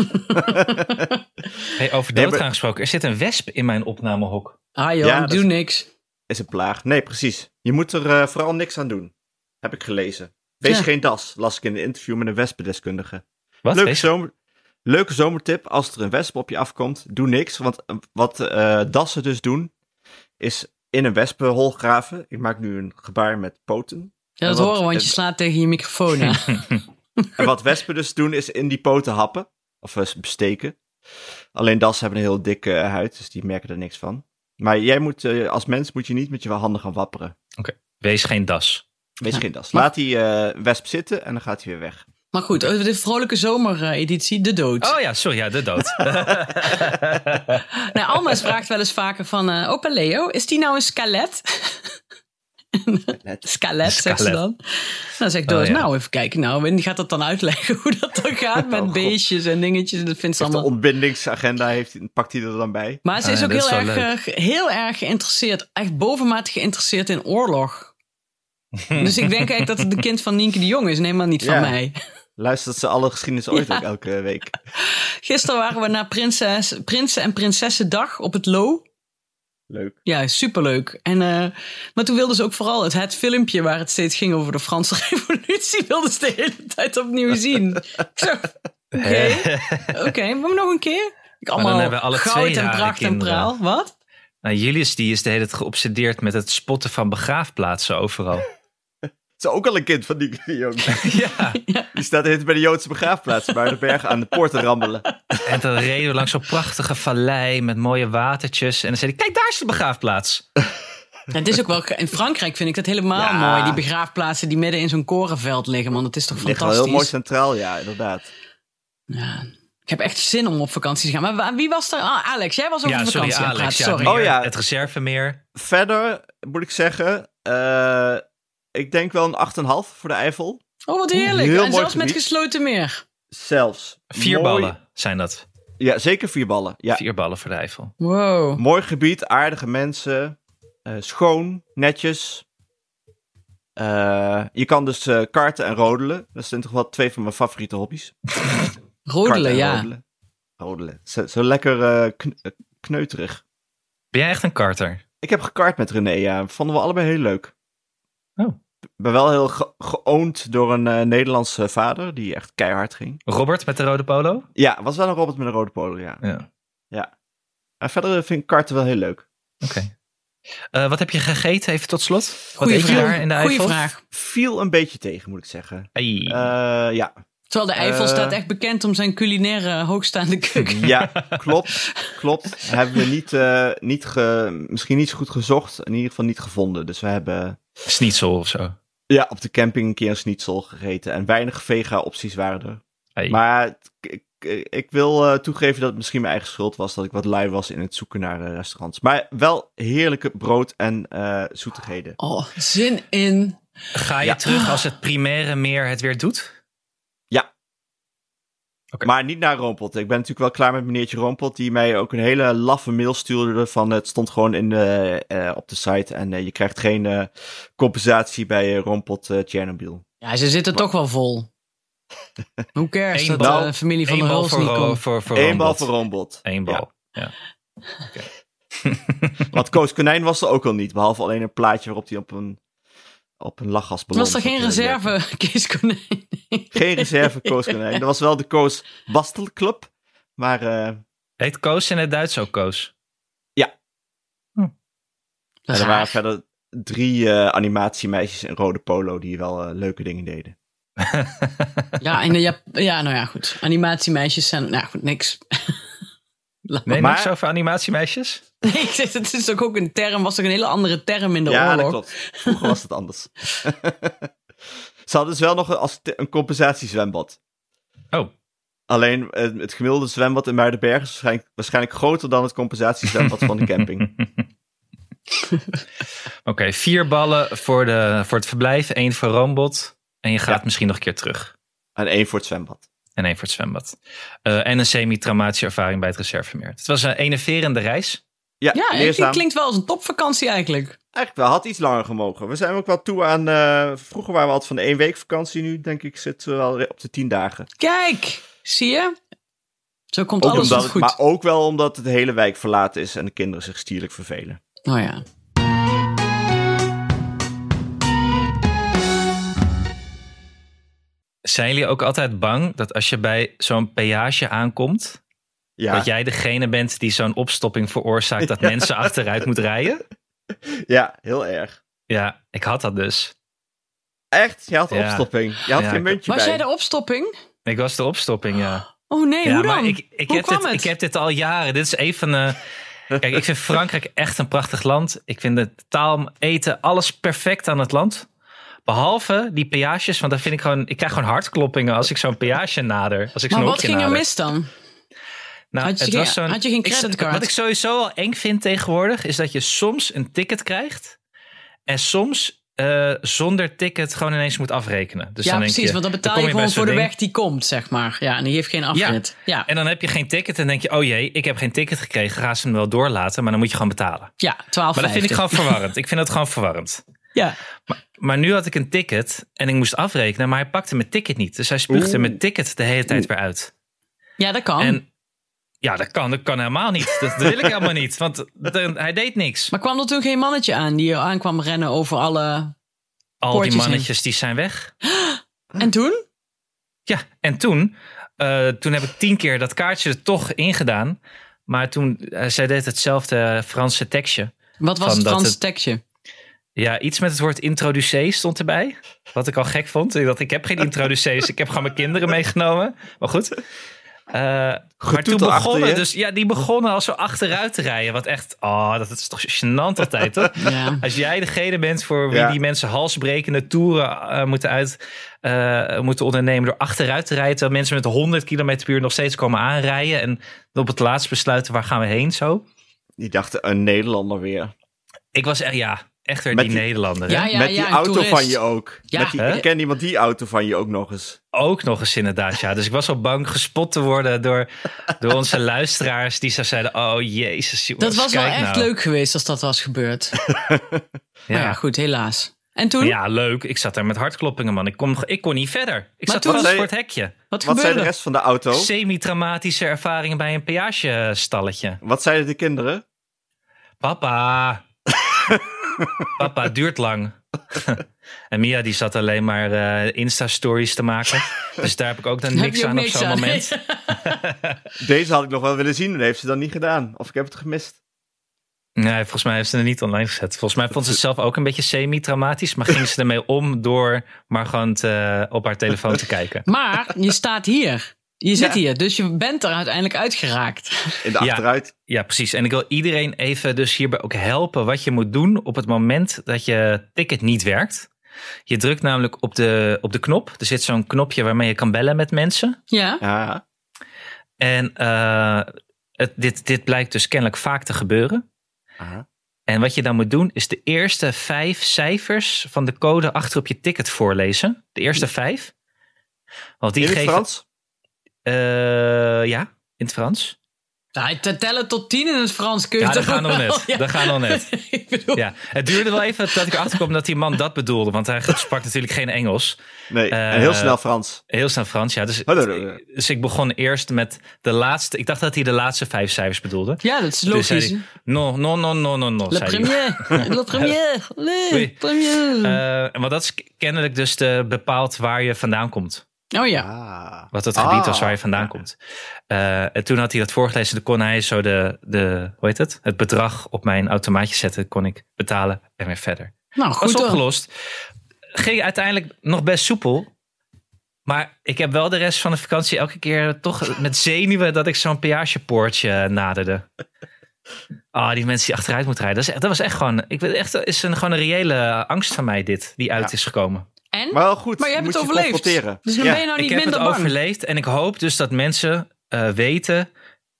Speaker 2: Hey, over
Speaker 3: Nee,
Speaker 2: doodgaan
Speaker 3: maar-
Speaker 2: gesproken. Er zit een wesp in mijn opnamehok.
Speaker 1: Ah joh,
Speaker 3: Ja,
Speaker 1: ik
Speaker 3: dat-
Speaker 1: doe niks.
Speaker 3: Is een plaag. Nee, precies. Je moet er eh, vooral niks aan doen. Heb ik gelezen. Wees
Speaker 1: Ja.
Speaker 3: geen das, las ik in een interview met een wespendeskundige.
Speaker 2: Wat?
Speaker 3: Leuke,
Speaker 2: Wees-
Speaker 3: zomer, leuke zomertip, als er een wesp op je afkomt, doe niks. Want eh, wat eh, dassen dus doen, is in een wespenhol graven. Ik maak nu een gebaar met poten.
Speaker 1: Ja, dat
Speaker 3: En wat-
Speaker 1: horen, want je
Speaker 3: en-
Speaker 1: slaat tegen je microfoon
Speaker 2: [laughs]
Speaker 1: aan.
Speaker 3: En wat wespen dus doen, is in die poten happen. Of eh, steken. Alleen dassen hebben een heel dikke eh, huid, dus die merken er niks van. Maar jij moet, eh, als mens moet je niet met je handen gaan wapperen.
Speaker 2: Wees geen das.
Speaker 3: Wees
Speaker 1: Ja.
Speaker 3: geen das. Laat die eh, wesp zitten en dan gaat hij weer weg.
Speaker 1: Maar goed, over de vrolijke zomereditie, de dood.
Speaker 2: Oh ja, sorry, ja, de dood.
Speaker 1: Nou, Alma vraagt wel eens vaker van... eh Opa Leo, is die nou een skelet? [laughs]
Speaker 3: Net.
Speaker 1: Skelet, zegt ze
Speaker 2: Skelet.
Speaker 1: dan. Dan zegt Doris,
Speaker 2: Oh, ja.
Speaker 1: nou even kijken. Nou, en die gaat dat dan uitleggen [laughs] hoe dat
Speaker 2: [laughs]
Speaker 1: dan gaat met
Speaker 3: Oh, God.
Speaker 1: beestjes en dingetjes. En dat vindt ze
Speaker 3: Echt de
Speaker 1: allemaal...
Speaker 3: ontbindingsagenda heeft, hij- pakt hij er dan bij.
Speaker 1: Maar ze
Speaker 2: Ah,
Speaker 1: is
Speaker 2: ja,
Speaker 1: ook
Speaker 2: dat
Speaker 1: heel
Speaker 2: is wel
Speaker 1: erg, eh, heel erg geïnteresseerd, echt bovenmatig geïnteresseerd in
Speaker 2: [laughs]
Speaker 1: oorlog. dus ik denk eigenlijk dat het een kind van Nienke de Jong is, nee maar niet van
Speaker 3: Ja.
Speaker 1: mij.
Speaker 3: Luistert ze alle geschiedenis ooit
Speaker 1: Ja.
Speaker 3: ook elke week.
Speaker 1: Gisteren waren we naar prinses, Prinsen en Prinsessendag op het Lo.
Speaker 3: Leuk.
Speaker 1: Ja, superleuk. En, eh, maar toen wilden ze ook vooral het, het filmpje waar het steeds ging over de Franse [laughs] revolutie, wilden ze de hele tijd opnieuw zien. Ik Zo, [laughs] oké,
Speaker 2: Eh,
Speaker 1: oké, maar nog een keer? Ik allemaal
Speaker 2: hebben we alle
Speaker 1: goud
Speaker 2: twee
Speaker 1: en
Speaker 2: rare
Speaker 1: pracht en
Speaker 2: kinderen.
Speaker 1: praal. Wat?
Speaker 2: nou, Julius die is de hele tijd geobsedeerd met het spotten van begraafplaatsen overal.
Speaker 3: Het is ook al een kind van die, die
Speaker 2: [laughs]
Speaker 3: jongen.
Speaker 2: ja.
Speaker 3: Die staat de hele tijd bij de Joodse begraafplaats, waar de berg aan de poort te rammelen.
Speaker 1: [laughs]
Speaker 2: En dan reden we langs zo'n prachtige vallei met mooie watertjes. En dan zei hij, kijk, daar is de begraafplaats.
Speaker 1: Ja, Het is ook wel, ge- in Frankrijk vind ik dat helemaal
Speaker 3: Ja.
Speaker 1: mooi. Die begraafplaatsen die midden in zo'n korenveld liggen, man. Dat is toch
Speaker 3: Ligt wel heel
Speaker 1: fantastisch.
Speaker 3: mooi centraal, ja, inderdaad.
Speaker 1: Ja. Ik heb echt zin om op vakantie te gaan. Maar wa- wie was er? Ah, Alex, jij was over
Speaker 2: ja, sorry
Speaker 1: vakantie aan het
Speaker 2: Alex.
Speaker 1: praten.
Speaker 2: Ja,
Speaker 1: sorry.
Speaker 2: meer,
Speaker 3: Oh ja.
Speaker 2: Het reservemeer.
Speaker 3: Verder moet ik zeggen, eh, ik denk wel een 8,5 voor de Eifel.
Speaker 1: Oh, wat heerlijk.
Speaker 3: Heel
Speaker 1: en
Speaker 3: mooi
Speaker 1: zelfs met
Speaker 3: gebied.
Speaker 1: gesloten meer.
Speaker 3: Zelfs.
Speaker 2: Vier
Speaker 3: Mooi-
Speaker 2: ballen zijn dat.
Speaker 3: Ja, zeker vier ballen. Ja.
Speaker 2: Vier ballen voor de Eifel.
Speaker 1: Wow.
Speaker 3: Mooi gebied, aardige mensen. eh, schoon, netjes. Eh, je kan dus eh, kaarten en rodelen. Dat zijn toch wel twee van mijn favoriete hobby's.
Speaker 1: Rodelen,
Speaker 3: Karten en
Speaker 1: ja.
Speaker 3: Rodelen. rodelen. Zo, zo lekker eh, kn- eh, kneuterig.
Speaker 2: Ben jij echt een karter?
Speaker 3: Ik heb gekart met René, ja. Vonden we allebei heel leuk.
Speaker 2: Oh.
Speaker 3: Ik ben wel heel ge- geoond door een eh, Nederlandse vader die echt keihard ging.
Speaker 2: Robert met de rode polo?
Speaker 3: Ja, was wel een Robert met een rode polo, ja.
Speaker 2: Ja. Oké.
Speaker 3: Maar verder eh, vind ik karten wel heel leuk.
Speaker 2: Eh, wat heb je gegeten, even tot slot? Wat
Speaker 1: Goeie
Speaker 2: eet je
Speaker 1: vraag.
Speaker 2: daar in de
Speaker 1: Goeie
Speaker 2: Eifel?
Speaker 1: vraag.
Speaker 3: Viel een beetje tegen, moet ik zeggen.
Speaker 2: Ei.
Speaker 3: Eh, ja,
Speaker 1: Terwijl de Eifel
Speaker 3: Eh.
Speaker 1: staat echt bekend om zijn culinaire hoogstaande
Speaker 3: [laughs]
Speaker 1: keuken.
Speaker 3: Ja, klopt. Klopt. Hebben we niet, eh, niet ge, misschien niet zo goed gezocht. In ieder geval niet gevonden. Dus we hebben
Speaker 2: Schnitzel of zo.
Speaker 3: ja, op de camping een keer een schnitzel gegeten. En weinig vega-opties waren er.
Speaker 2: Ei.
Speaker 3: Maar het- ik, ik, ik wil eh, toegeven dat het misschien mijn eigen schuld was. Dat ik wat lui was in het zoeken naar eh, restaurants. Maar wel heerlijke brood en eh, zoetigheden.
Speaker 1: Oh, zin in.
Speaker 2: Ga je
Speaker 3: Ja.
Speaker 2: terug als het primaire meer het weer doet? Oké.
Speaker 3: Maar niet naar Roompot. Ik ben natuurlijk wel klaar met meneertje Roompot, die mij ook een hele laffe mail stuurde van het stond gewoon in de, eh, op de site en eh, je krijgt geen eh, compensatie bij eh, Roompot eh Chernobyl.
Speaker 1: Ja, ze zitten toch wel
Speaker 3: [laughs]
Speaker 1: vol. Hoe cares
Speaker 2: Eén
Speaker 1: dat
Speaker 2: bal.
Speaker 1: eh, de familie van
Speaker 2: Eén
Speaker 1: de
Speaker 2: bal
Speaker 1: Hulst
Speaker 2: voor,
Speaker 1: niet
Speaker 2: Ro-
Speaker 1: komt?
Speaker 2: voor, voor
Speaker 3: Eén bal
Speaker 2: Rambod.
Speaker 3: voor Roompot.
Speaker 2: Eén bal. Ja.
Speaker 3: [laughs] Want Koos Konijn was er ook al niet, behalve alleen een plaatje waarop hij op een, op een lachgasballon...
Speaker 1: Was er geen
Speaker 3: zat te lekken.
Speaker 1: reserve, eh, [laughs] Kees Konijn?
Speaker 3: Geen reserve Koos Konijn. Er was wel de Koos Bastelclub, maar eh,
Speaker 2: Heet Koos in het Duits ook Koos?
Speaker 1: Dat is
Speaker 3: er waren
Speaker 1: raar.
Speaker 3: verder drie eh, animatiemeisjes in rode polo die wel eh, leuke dingen deden.
Speaker 1: [laughs] Ja, in de Jap- ja, nou ja, goed. Animatiemeisjes zijn, nou goed, niks. [laughs]
Speaker 2: Nee,
Speaker 3: Maar-
Speaker 2: niks over animatiemeisjes?
Speaker 1: Nee, ik zeg, het is toch ook een term, was toch een hele andere term in de
Speaker 3: ja,
Speaker 1: oorlog?
Speaker 3: dat klopt. Vroeger was het anders. [laughs] Ze hadden dus wel nog een- als te- een compensatiezwembad.
Speaker 2: Oh,
Speaker 3: Alleen eh, het gemiddelde zwembad in Muidenberg is waarschijnlijk, waarschijnlijk groter dan het compensatiezwembad van de
Speaker 1: [laughs]
Speaker 3: camping.
Speaker 2: oké. Vier ballen voor, de, voor het verblijf, één voor Roombot. En je gaat misschien nog een keer terug.
Speaker 3: En één voor het zwembad.
Speaker 2: En één voor het zwembad. Eh, en een semi-traumatische ervaring bij het reservemeer. Het was een enerverende reis.
Speaker 3: Ja,
Speaker 1: Ja, het
Speaker 3: leerzaam.
Speaker 1: klinkt wel als een topvakantie eigenlijk.
Speaker 3: Eigenlijk wel, had iets langer gemogen. We zijn ook wel toe aan, eh, vroeger waren we altijd van de één week vakantie. Nu denk ik zitten we wel op de tien dagen.
Speaker 1: Kijk, zie je? Zo komt
Speaker 3: Ook
Speaker 1: alles
Speaker 3: omdat
Speaker 1: tot
Speaker 3: het-
Speaker 1: goed.
Speaker 3: maar ook wel omdat het de hele wijk verlaten is en de kinderen zich stierlijk vervelen.
Speaker 1: Nou ja.
Speaker 2: Zijn jullie ook altijd bang dat als je bij zo'n peage aankomt,
Speaker 3: Ja,
Speaker 2: dat jij degene bent die zo'n opstopping veroorzaakt dat mensen achteruit moet rijden?
Speaker 3: ja heel erg.
Speaker 2: Ja, ik had dat dus.
Speaker 3: Echt? Je had
Speaker 2: Ja.
Speaker 3: opstopping. Je had
Speaker 2: Ja,
Speaker 3: geen
Speaker 2: ik-
Speaker 3: muntje
Speaker 1: Was
Speaker 3: bij.
Speaker 1: jij de opstopping?
Speaker 2: Ik was de opstopping, ja.
Speaker 1: Oh nee,
Speaker 2: ja,
Speaker 1: hoe dan?
Speaker 2: maar ik, ik,
Speaker 1: Hoe
Speaker 2: heb
Speaker 1: kwam
Speaker 2: dit,
Speaker 1: het?
Speaker 2: ik heb dit al jaren. Dit is een van de. Kijk, ik vind Frankrijk echt een prachtig land. Ik vind de taal, eten, alles perfect aan het land. Behalve die peages, want daar vind ik gewoon. Ik krijg gewoon hartkloppingen als ik zo'n peage nader. Als ik zo'n
Speaker 1: maar wat
Speaker 2: hoekje
Speaker 1: ging er
Speaker 2: nader.
Speaker 1: mis dan?
Speaker 2: Dus Nou,
Speaker 1: Had je
Speaker 2: het
Speaker 1: geen-
Speaker 2: was zo'n-
Speaker 1: had je geen
Speaker 2: ik-
Speaker 1: creditcard?
Speaker 2: wat ik sowieso al eng vind tegenwoordig, is dat je soms een ticket krijgt. En soms eh, zonder ticket gewoon ineens moet afrekenen. Dus
Speaker 1: ja,
Speaker 2: dan denk
Speaker 1: precies,
Speaker 2: je,
Speaker 1: want dan betaal
Speaker 2: kom
Speaker 1: je,
Speaker 2: je bij
Speaker 1: gewoon
Speaker 2: zo'n
Speaker 1: voor de
Speaker 2: ding.
Speaker 1: weg die komt, zeg maar. Ja, en die heeft geen afrit. Ja, ja.
Speaker 2: En dan heb je geen ticket en denk je, oh jee, ik heb geen ticket gekregen. Gaan ze hem wel doorlaten, maar dan moet je gewoon betalen.
Speaker 1: 12
Speaker 2: Maar dat vind ik gewoon verwarrend. Ik vind dat gewoon verwarrend.
Speaker 1: Ja.
Speaker 2: Maar nu had ik een ticket en ik moest afrekenen, maar hij pakte mijn ticket niet. Dus hij spuugde
Speaker 3: Oeh.
Speaker 2: mijn ticket de hele tijd weer uit.
Speaker 1: ja, dat kan.
Speaker 2: En ja, dat kan, dat kan helemaal niet. Dat wil ik helemaal niet, want dan- hij deed niks.
Speaker 1: Maar kwam er toen geen mannetje aan die aankwam rennen over alle...
Speaker 2: Al die
Speaker 1: poortjes in.
Speaker 2: mannetjes die zijn weg.
Speaker 1: En toen?
Speaker 2: Ja, en toen, eh, toen heb ik tien keer dat kaartje er toch ingedaan. Maar toen, eh, zij deed hetzelfde Franse tekstje.
Speaker 1: Wat was
Speaker 2: Van
Speaker 1: het
Speaker 2: dat
Speaker 1: Franse
Speaker 2: het-
Speaker 1: tekstje?
Speaker 2: Ja, iets met het woord introducé stond erbij. Wat ik al gek vond. Ik dacht, ik heb geen introducés. ik heb gewoon mijn kinderen meegenomen. Maar goed. Eh, maar toen
Speaker 3: achter je.
Speaker 2: begonnen, dus, ja, die begonnen al zo achteruit te rijden. Wat echt, oh, dat is toch gênant altijd, toch? [laughs]
Speaker 1: Ja.
Speaker 2: Als jij degene bent voor wie
Speaker 3: Ja.
Speaker 2: die mensen halsbrekende toeren eh, moeten, uit, eh, moeten ondernemen door achteruit te rijden. Terwijl mensen met 100 km per uur nog steeds komen aanrijden. En op het laatst besluiten waar gaan we heen zo.
Speaker 3: Die dachten, een Nederlander weer.
Speaker 2: Ik was echt, ja, echt weer
Speaker 3: Met
Speaker 2: die,
Speaker 3: die-
Speaker 2: Nederlander. hè?
Speaker 1: Ja, ja,
Speaker 3: Met
Speaker 1: ja,
Speaker 3: die
Speaker 1: een
Speaker 3: auto
Speaker 1: toerist.
Speaker 3: van je ook.
Speaker 1: Ja.
Speaker 3: Met die,
Speaker 2: Hè?
Speaker 3: ik ken iemand die auto van je ook nog eens.
Speaker 2: Ook nog eens inderdaad, ja. Dus ik was al bang gespot te worden door, door
Speaker 1: [laughs]
Speaker 2: onze luisteraars die zo zeiden... Oh,
Speaker 1: Dat
Speaker 2: jezus, jongens,
Speaker 1: was wel
Speaker 2: kijk
Speaker 1: echt
Speaker 2: nou.
Speaker 1: leuk geweest als dat was
Speaker 2: [laughs]
Speaker 1: gebeurd. Maar ja,
Speaker 2: Ja.
Speaker 1: goed, helaas. En toen?
Speaker 2: ja, leuk. Ik zat daar met hartkloppingen, man. Ik kon, ik kon niet verder. Ik
Speaker 1: Maar
Speaker 2: zat
Speaker 1: toen-
Speaker 2: vast
Speaker 3: Wat
Speaker 2: voor
Speaker 3: zei-
Speaker 2: het hekje.
Speaker 1: Wat
Speaker 3: Wat zei de
Speaker 1: gebeurde er?
Speaker 3: rest van de auto?
Speaker 2: Semi-traumatische ervaringen bij een peagestalletje.
Speaker 3: Wat zeiden de kinderen?
Speaker 2: Papa. Papa, het duurt lang. [laughs] en Mia die zat alleen maar eh, Insta-stories te maken. Dus daar heb ik ook dan
Speaker 1: Heb
Speaker 2: niks
Speaker 1: je ook
Speaker 2: aan op zo'n moment.
Speaker 1: [laughs]
Speaker 3: Deze had ik nog wel willen zien, maar dat heeft ze dan niet gedaan. Of ik heb het gemist.
Speaker 2: Nee, volgens mij heeft ze het niet online gezet. Volgens mij vond ze het zelf ook een beetje semi-traumatisch. Maar ging ze ermee om door maar gewoon te- eh, op haar telefoon te kijken.
Speaker 1: Maar je staat hier. Je zit
Speaker 3: Ja.
Speaker 1: hier, dus je bent er uiteindelijk uitgeraakt.
Speaker 3: In de
Speaker 2: Ja.
Speaker 3: achteruit.
Speaker 2: Ja, precies. En ik wil iedereen even dus hierbij ook helpen wat je moet doen op het moment dat je ticket niet werkt. Je drukt namelijk op de, op de knop. Er zit zo'n knopje waarmee je kan bellen met mensen.
Speaker 1: Ja,
Speaker 3: Ja.
Speaker 2: En eh, het, dit, dit blijkt dus kennelijk vaak te gebeuren.
Speaker 3: Ah.
Speaker 2: En wat je dan moet doen, is de eerste vijf cijfers van de code achter op je ticket voorlezen. De eerste vijf. Want die
Speaker 3: In het
Speaker 2: geven.
Speaker 3: Frans?
Speaker 2: Eh, ja, in het Frans.
Speaker 1: Nou, te tellen tot tien in het Frans kun je
Speaker 2: Ja, dat
Speaker 1: toch
Speaker 2: gaan we nog
Speaker 1: wel-
Speaker 2: net.
Speaker 1: [laughs] Ja.
Speaker 2: Dat gaan we nog net.
Speaker 1: [laughs] Ik bedoel,
Speaker 2: Ja. Het duurde wel even dat ik erachter kwam dat die man dat bedoelde. Want hij sprak natuurlijk geen Engels.
Speaker 3: Nee,
Speaker 2: Eh,
Speaker 3: en heel snel Frans.
Speaker 2: Heel snel Frans, ja. Dus,
Speaker 3: Hallo.
Speaker 2: dus ik begon eerst met de laatste. Ik dacht dat hij de laatste vijf cijfers bedoelde.
Speaker 1: ja, dat is
Speaker 2: Dus
Speaker 1: logisch.
Speaker 2: zei hij, no, no, no, no, no, no.
Speaker 1: Le
Speaker 2: zei hij.
Speaker 1: premier,
Speaker 2: [laughs]
Speaker 1: le premier, le
Speaker 2: Oui.
Speaker 1: premier.
Speaker 2: Eh, want dat is kennelijk dus de, bepaald waar je vandaan komt.
Speaker 1: oh ja.
Speaker 3: Ah.
Speaker 2: Wat het gebied
Speaker 3: Ah.
Speaker 2: was waar je vandaan komt. Eh, en toen had hij dat voorgelezen. Dan kon hij zo de, de hoe heet het? Het bedrag op mijn automaatje zetten. Kon ik betalen en weer verder.
Speaker 1: Nou, goed
Speaker 2: was
Speaker 1: hoor.
Speaker 2: opgelost. Ging uiteindelijk nog best soepel. Maar ik heb wel de rest van de vakantie elke keer toch met zenuwen dat ik zo'n peagepoortje naderde. Ah, die mensen die achteruit moeten rijden. Dat, is, dat was echt gewoon. Ik weet echt, is een, gewoon een reële angst van mij, dit, die uit
Speaker 3: Ja.
Speaker 2: is gekomen.
Speaker 1: En?
Speaker 3: Maar wel goed.
Speaker 1: Maar je hebt
Speaker 3: moet
Speaker 1: het overleefd.
Speaker 3: confronteren.
Speaker 1: Dus dan
Speaker 3: Ja.
Speaker 1: ben je nou niet
Speaker 2: ik heb het
Speaker 1: minder bang.
Speaker 2: overleefd en ik hoop dus dat mensen eh, weten: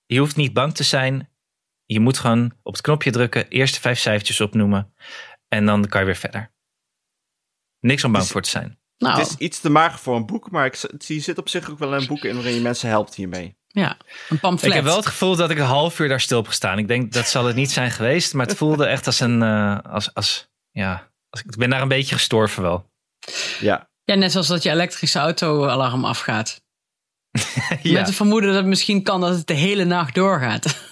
Speaker 2: je hoeft niet bang te zijn. Je moet gewoon op het knopje drukken, eerste vijf cijfertjes opnoemen en dan kan je weer verder. Niks om bang
Speaker 3: Dus-
Speaker 2: voor te zijn.
Speaker 1: Nou,
Speaker 3: Het is iets te mager voor een boek, maar ik z- zie zit op zich ook wel een boek in waarin je mensen helpt hiermee.
Speaker 1: ja, een pamflet.
Speaker 2: Ik heb wel het gevoel dat ik een half uur daar stil heb gestaan. Ik denk dat zal het niet zijn geweest, maar het voelde echt als een. eh, als, als, ja, als, ik ben daar een beetje gestorven wel.
Speaker 3: Ja.
Speaker 1: Ja, net zoals dat je elektrische auto-alarm afgaat.
Speaker 2: [laughs] ja.
Speaker 1: Met het vermoeden dat het misschien kan dat het de hele nacht doorgaat.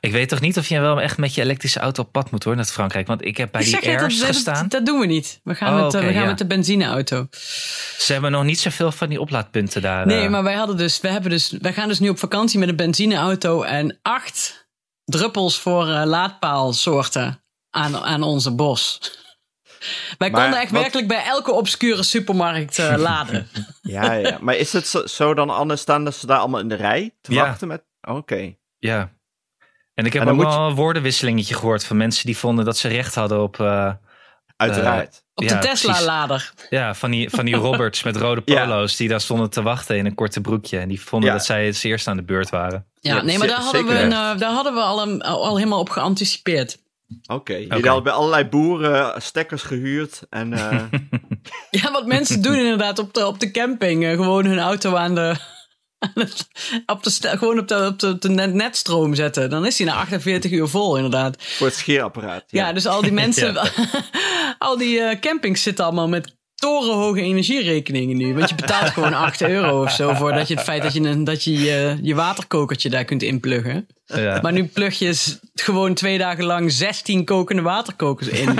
Speaker 2: Ik weet toch niet of je wel echt met je elektrische auto op pad moet hoor, naar Frankrijk. Want ik heb bij
Speaker 1: Ik zeg
Speaker 2: die
Speaker 1: net, dat,
Speaker 2: Airs
Speaker 1: dat,
Speaker 2: gestaan.
Speaker 1: dat, doen we niet. We gaan,
Speaker 2: Oh,
Speaker 1: met, eh,
Speaker 2: oké,
Speaker 1: we gaan
Speaker 2: ja.
Speaker 1: met de benzineauto.
Speaker 2: Ze hebben nog niet zoveel van die oplaadpunten daar.
Speaker 1: Nee,
Speaker 2: eh.
Speaker 1: maar wij hadden dus, we hebben dus, wij gaan dus nu op vakantie met een benzineauto en acht druppels voor eh, laadpaalsoorten aan, aan onze bos. [laughs] Wij
Speaker 3: Maar
Speaker 1: konden echt
Speaker 3: wat-
Speaker 1: werkelijk bij elke obscure supermarkt
Speaker 2: [laughs]
Speaker 1: eh, laden.
Speaker 3: Ja, ja. Maar is het zo, zo dan anders staan dat ze daar allemaal in de rij te
Speaker 2: Ja.
Speaker 3: wachten met... Oké.
Speaker 2: Ja. En ik heb
Speaker 3: En dan
Speaker 2: ook
Speaker 3: moet
Speaker 2: wel een woordenwisselingetje gehoord van mensen die vonden dat ze recht hadden op. eh,
Speaker 3: Uiteraard.
Speaker 1: Op
Speaker 2: Ja,
Speaker 1: de Tesla-lader.
Speaker 2: ja, van die,
Speaker 1: [laughs]
Speaker 2: van die Roberts met rode
Speaker 3: Ja.
Speaker 2: polo's die daar stonden te wachten in een korte broekje. En die vonden
Speaker 3: Ja.
Speaker 2: dat zij het eerst aan de beurt waren.
Speaker 1: Ja,
Speaker 3: Ja,
Speaker 1: nee, maar
Speaker 3: ze-
Speaker 1: daar hadden, we
Speaker 3: zeker
Speaker 1: een,
Speaker 3: echt.
Speaker 1: eh, daar hadden we al, een- al helemaal op geanticipeerd.
Speaker 3: Eh, Oké. Jullie
Speaker 2: Oké.
Speaker 3: hadden bij allerlei boeren eh, stekkers gehuurd en... eh, [laughs]
Speaker 1: Ja, wat mensen doen inderdaad op de, op de camping. eh, gewoon hun auto aan de. aan het- Op de, stel- gewoon op de, op de, op de net, netstroom zetten. Dan is hij na 48 uur vol, inderdaad.
Speaker 3: voor het scheerapparaat.
Speaker 1: Ja,
Speaker 3: Ja,
Speaker 1: dus al die mensen. [laughs] al die eh, campings zitten allemaal met torenhoge energierekeningen nu. Want je betaalt gewoon 8 euro of zo. voor dat je het feit dat je een- dat je, je, je waterkokertje daar kunt inpluggen.
Speaker 2: Ja.
Speaker 1: Maar nu plug je s- gewoon twee dagen lang 16 kokende waterkokers [laughs] in.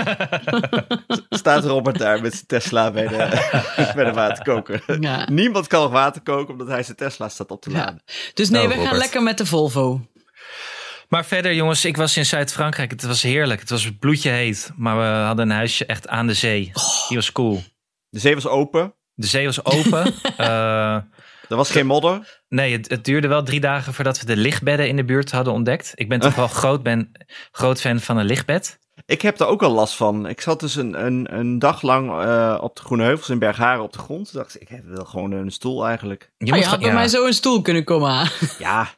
Speaker 3: Staat Robert daar met zijn Tesla bij de, [laughs] bij de waterkoker.
Speaker 1: Ja.
Speaker 3: Niemand kan nog water koken omdat hij zijn Tesla staat op te laden.
Speaker 1: Ja. Dus nee,
Speaker 2: Nou,
Speaker 1: we gaan
Speaker 2: Robert.
Speaker 1: lekker met de Volvo.
Speaker 2: Maar verder, jongens, ik was in Zuid-Frankrijk. Het was heerlijk. Het was bloedje heet. Maar we hadden een huisje echt aan de zee. Die was cool.
Speaker 3: De zee was open.
Speaker 2: De zee
Speaker 1: [laughs]
Speaker 2: was open. Eh,
Speaker 3: Er was geen modder.
Speaker 2: nee, het, het duurde wel drie dagen voordat we de lichtbedden in de buurt hadden ontdekt. Ik
Speaker 1: [laughs]
Speaker 2: ben toch wel groot, ben, groot fan van een lichtbed.
Speaker 3: Ik heb daar ook al last van. Ik zat dus een, een, een dag lang eh, op de Groene Heuvels in Bergharen op de grond. Toen dacht ik, ik wil gewoon een stoel eigenlijk.
Speaker 1: Oh, je
Speaker 2: moet
Speaker 1: had bij
Speaker 2: ja.
Speaker 1: mij zo een stoel kunnen komen aan.
Speaker 3: Ja,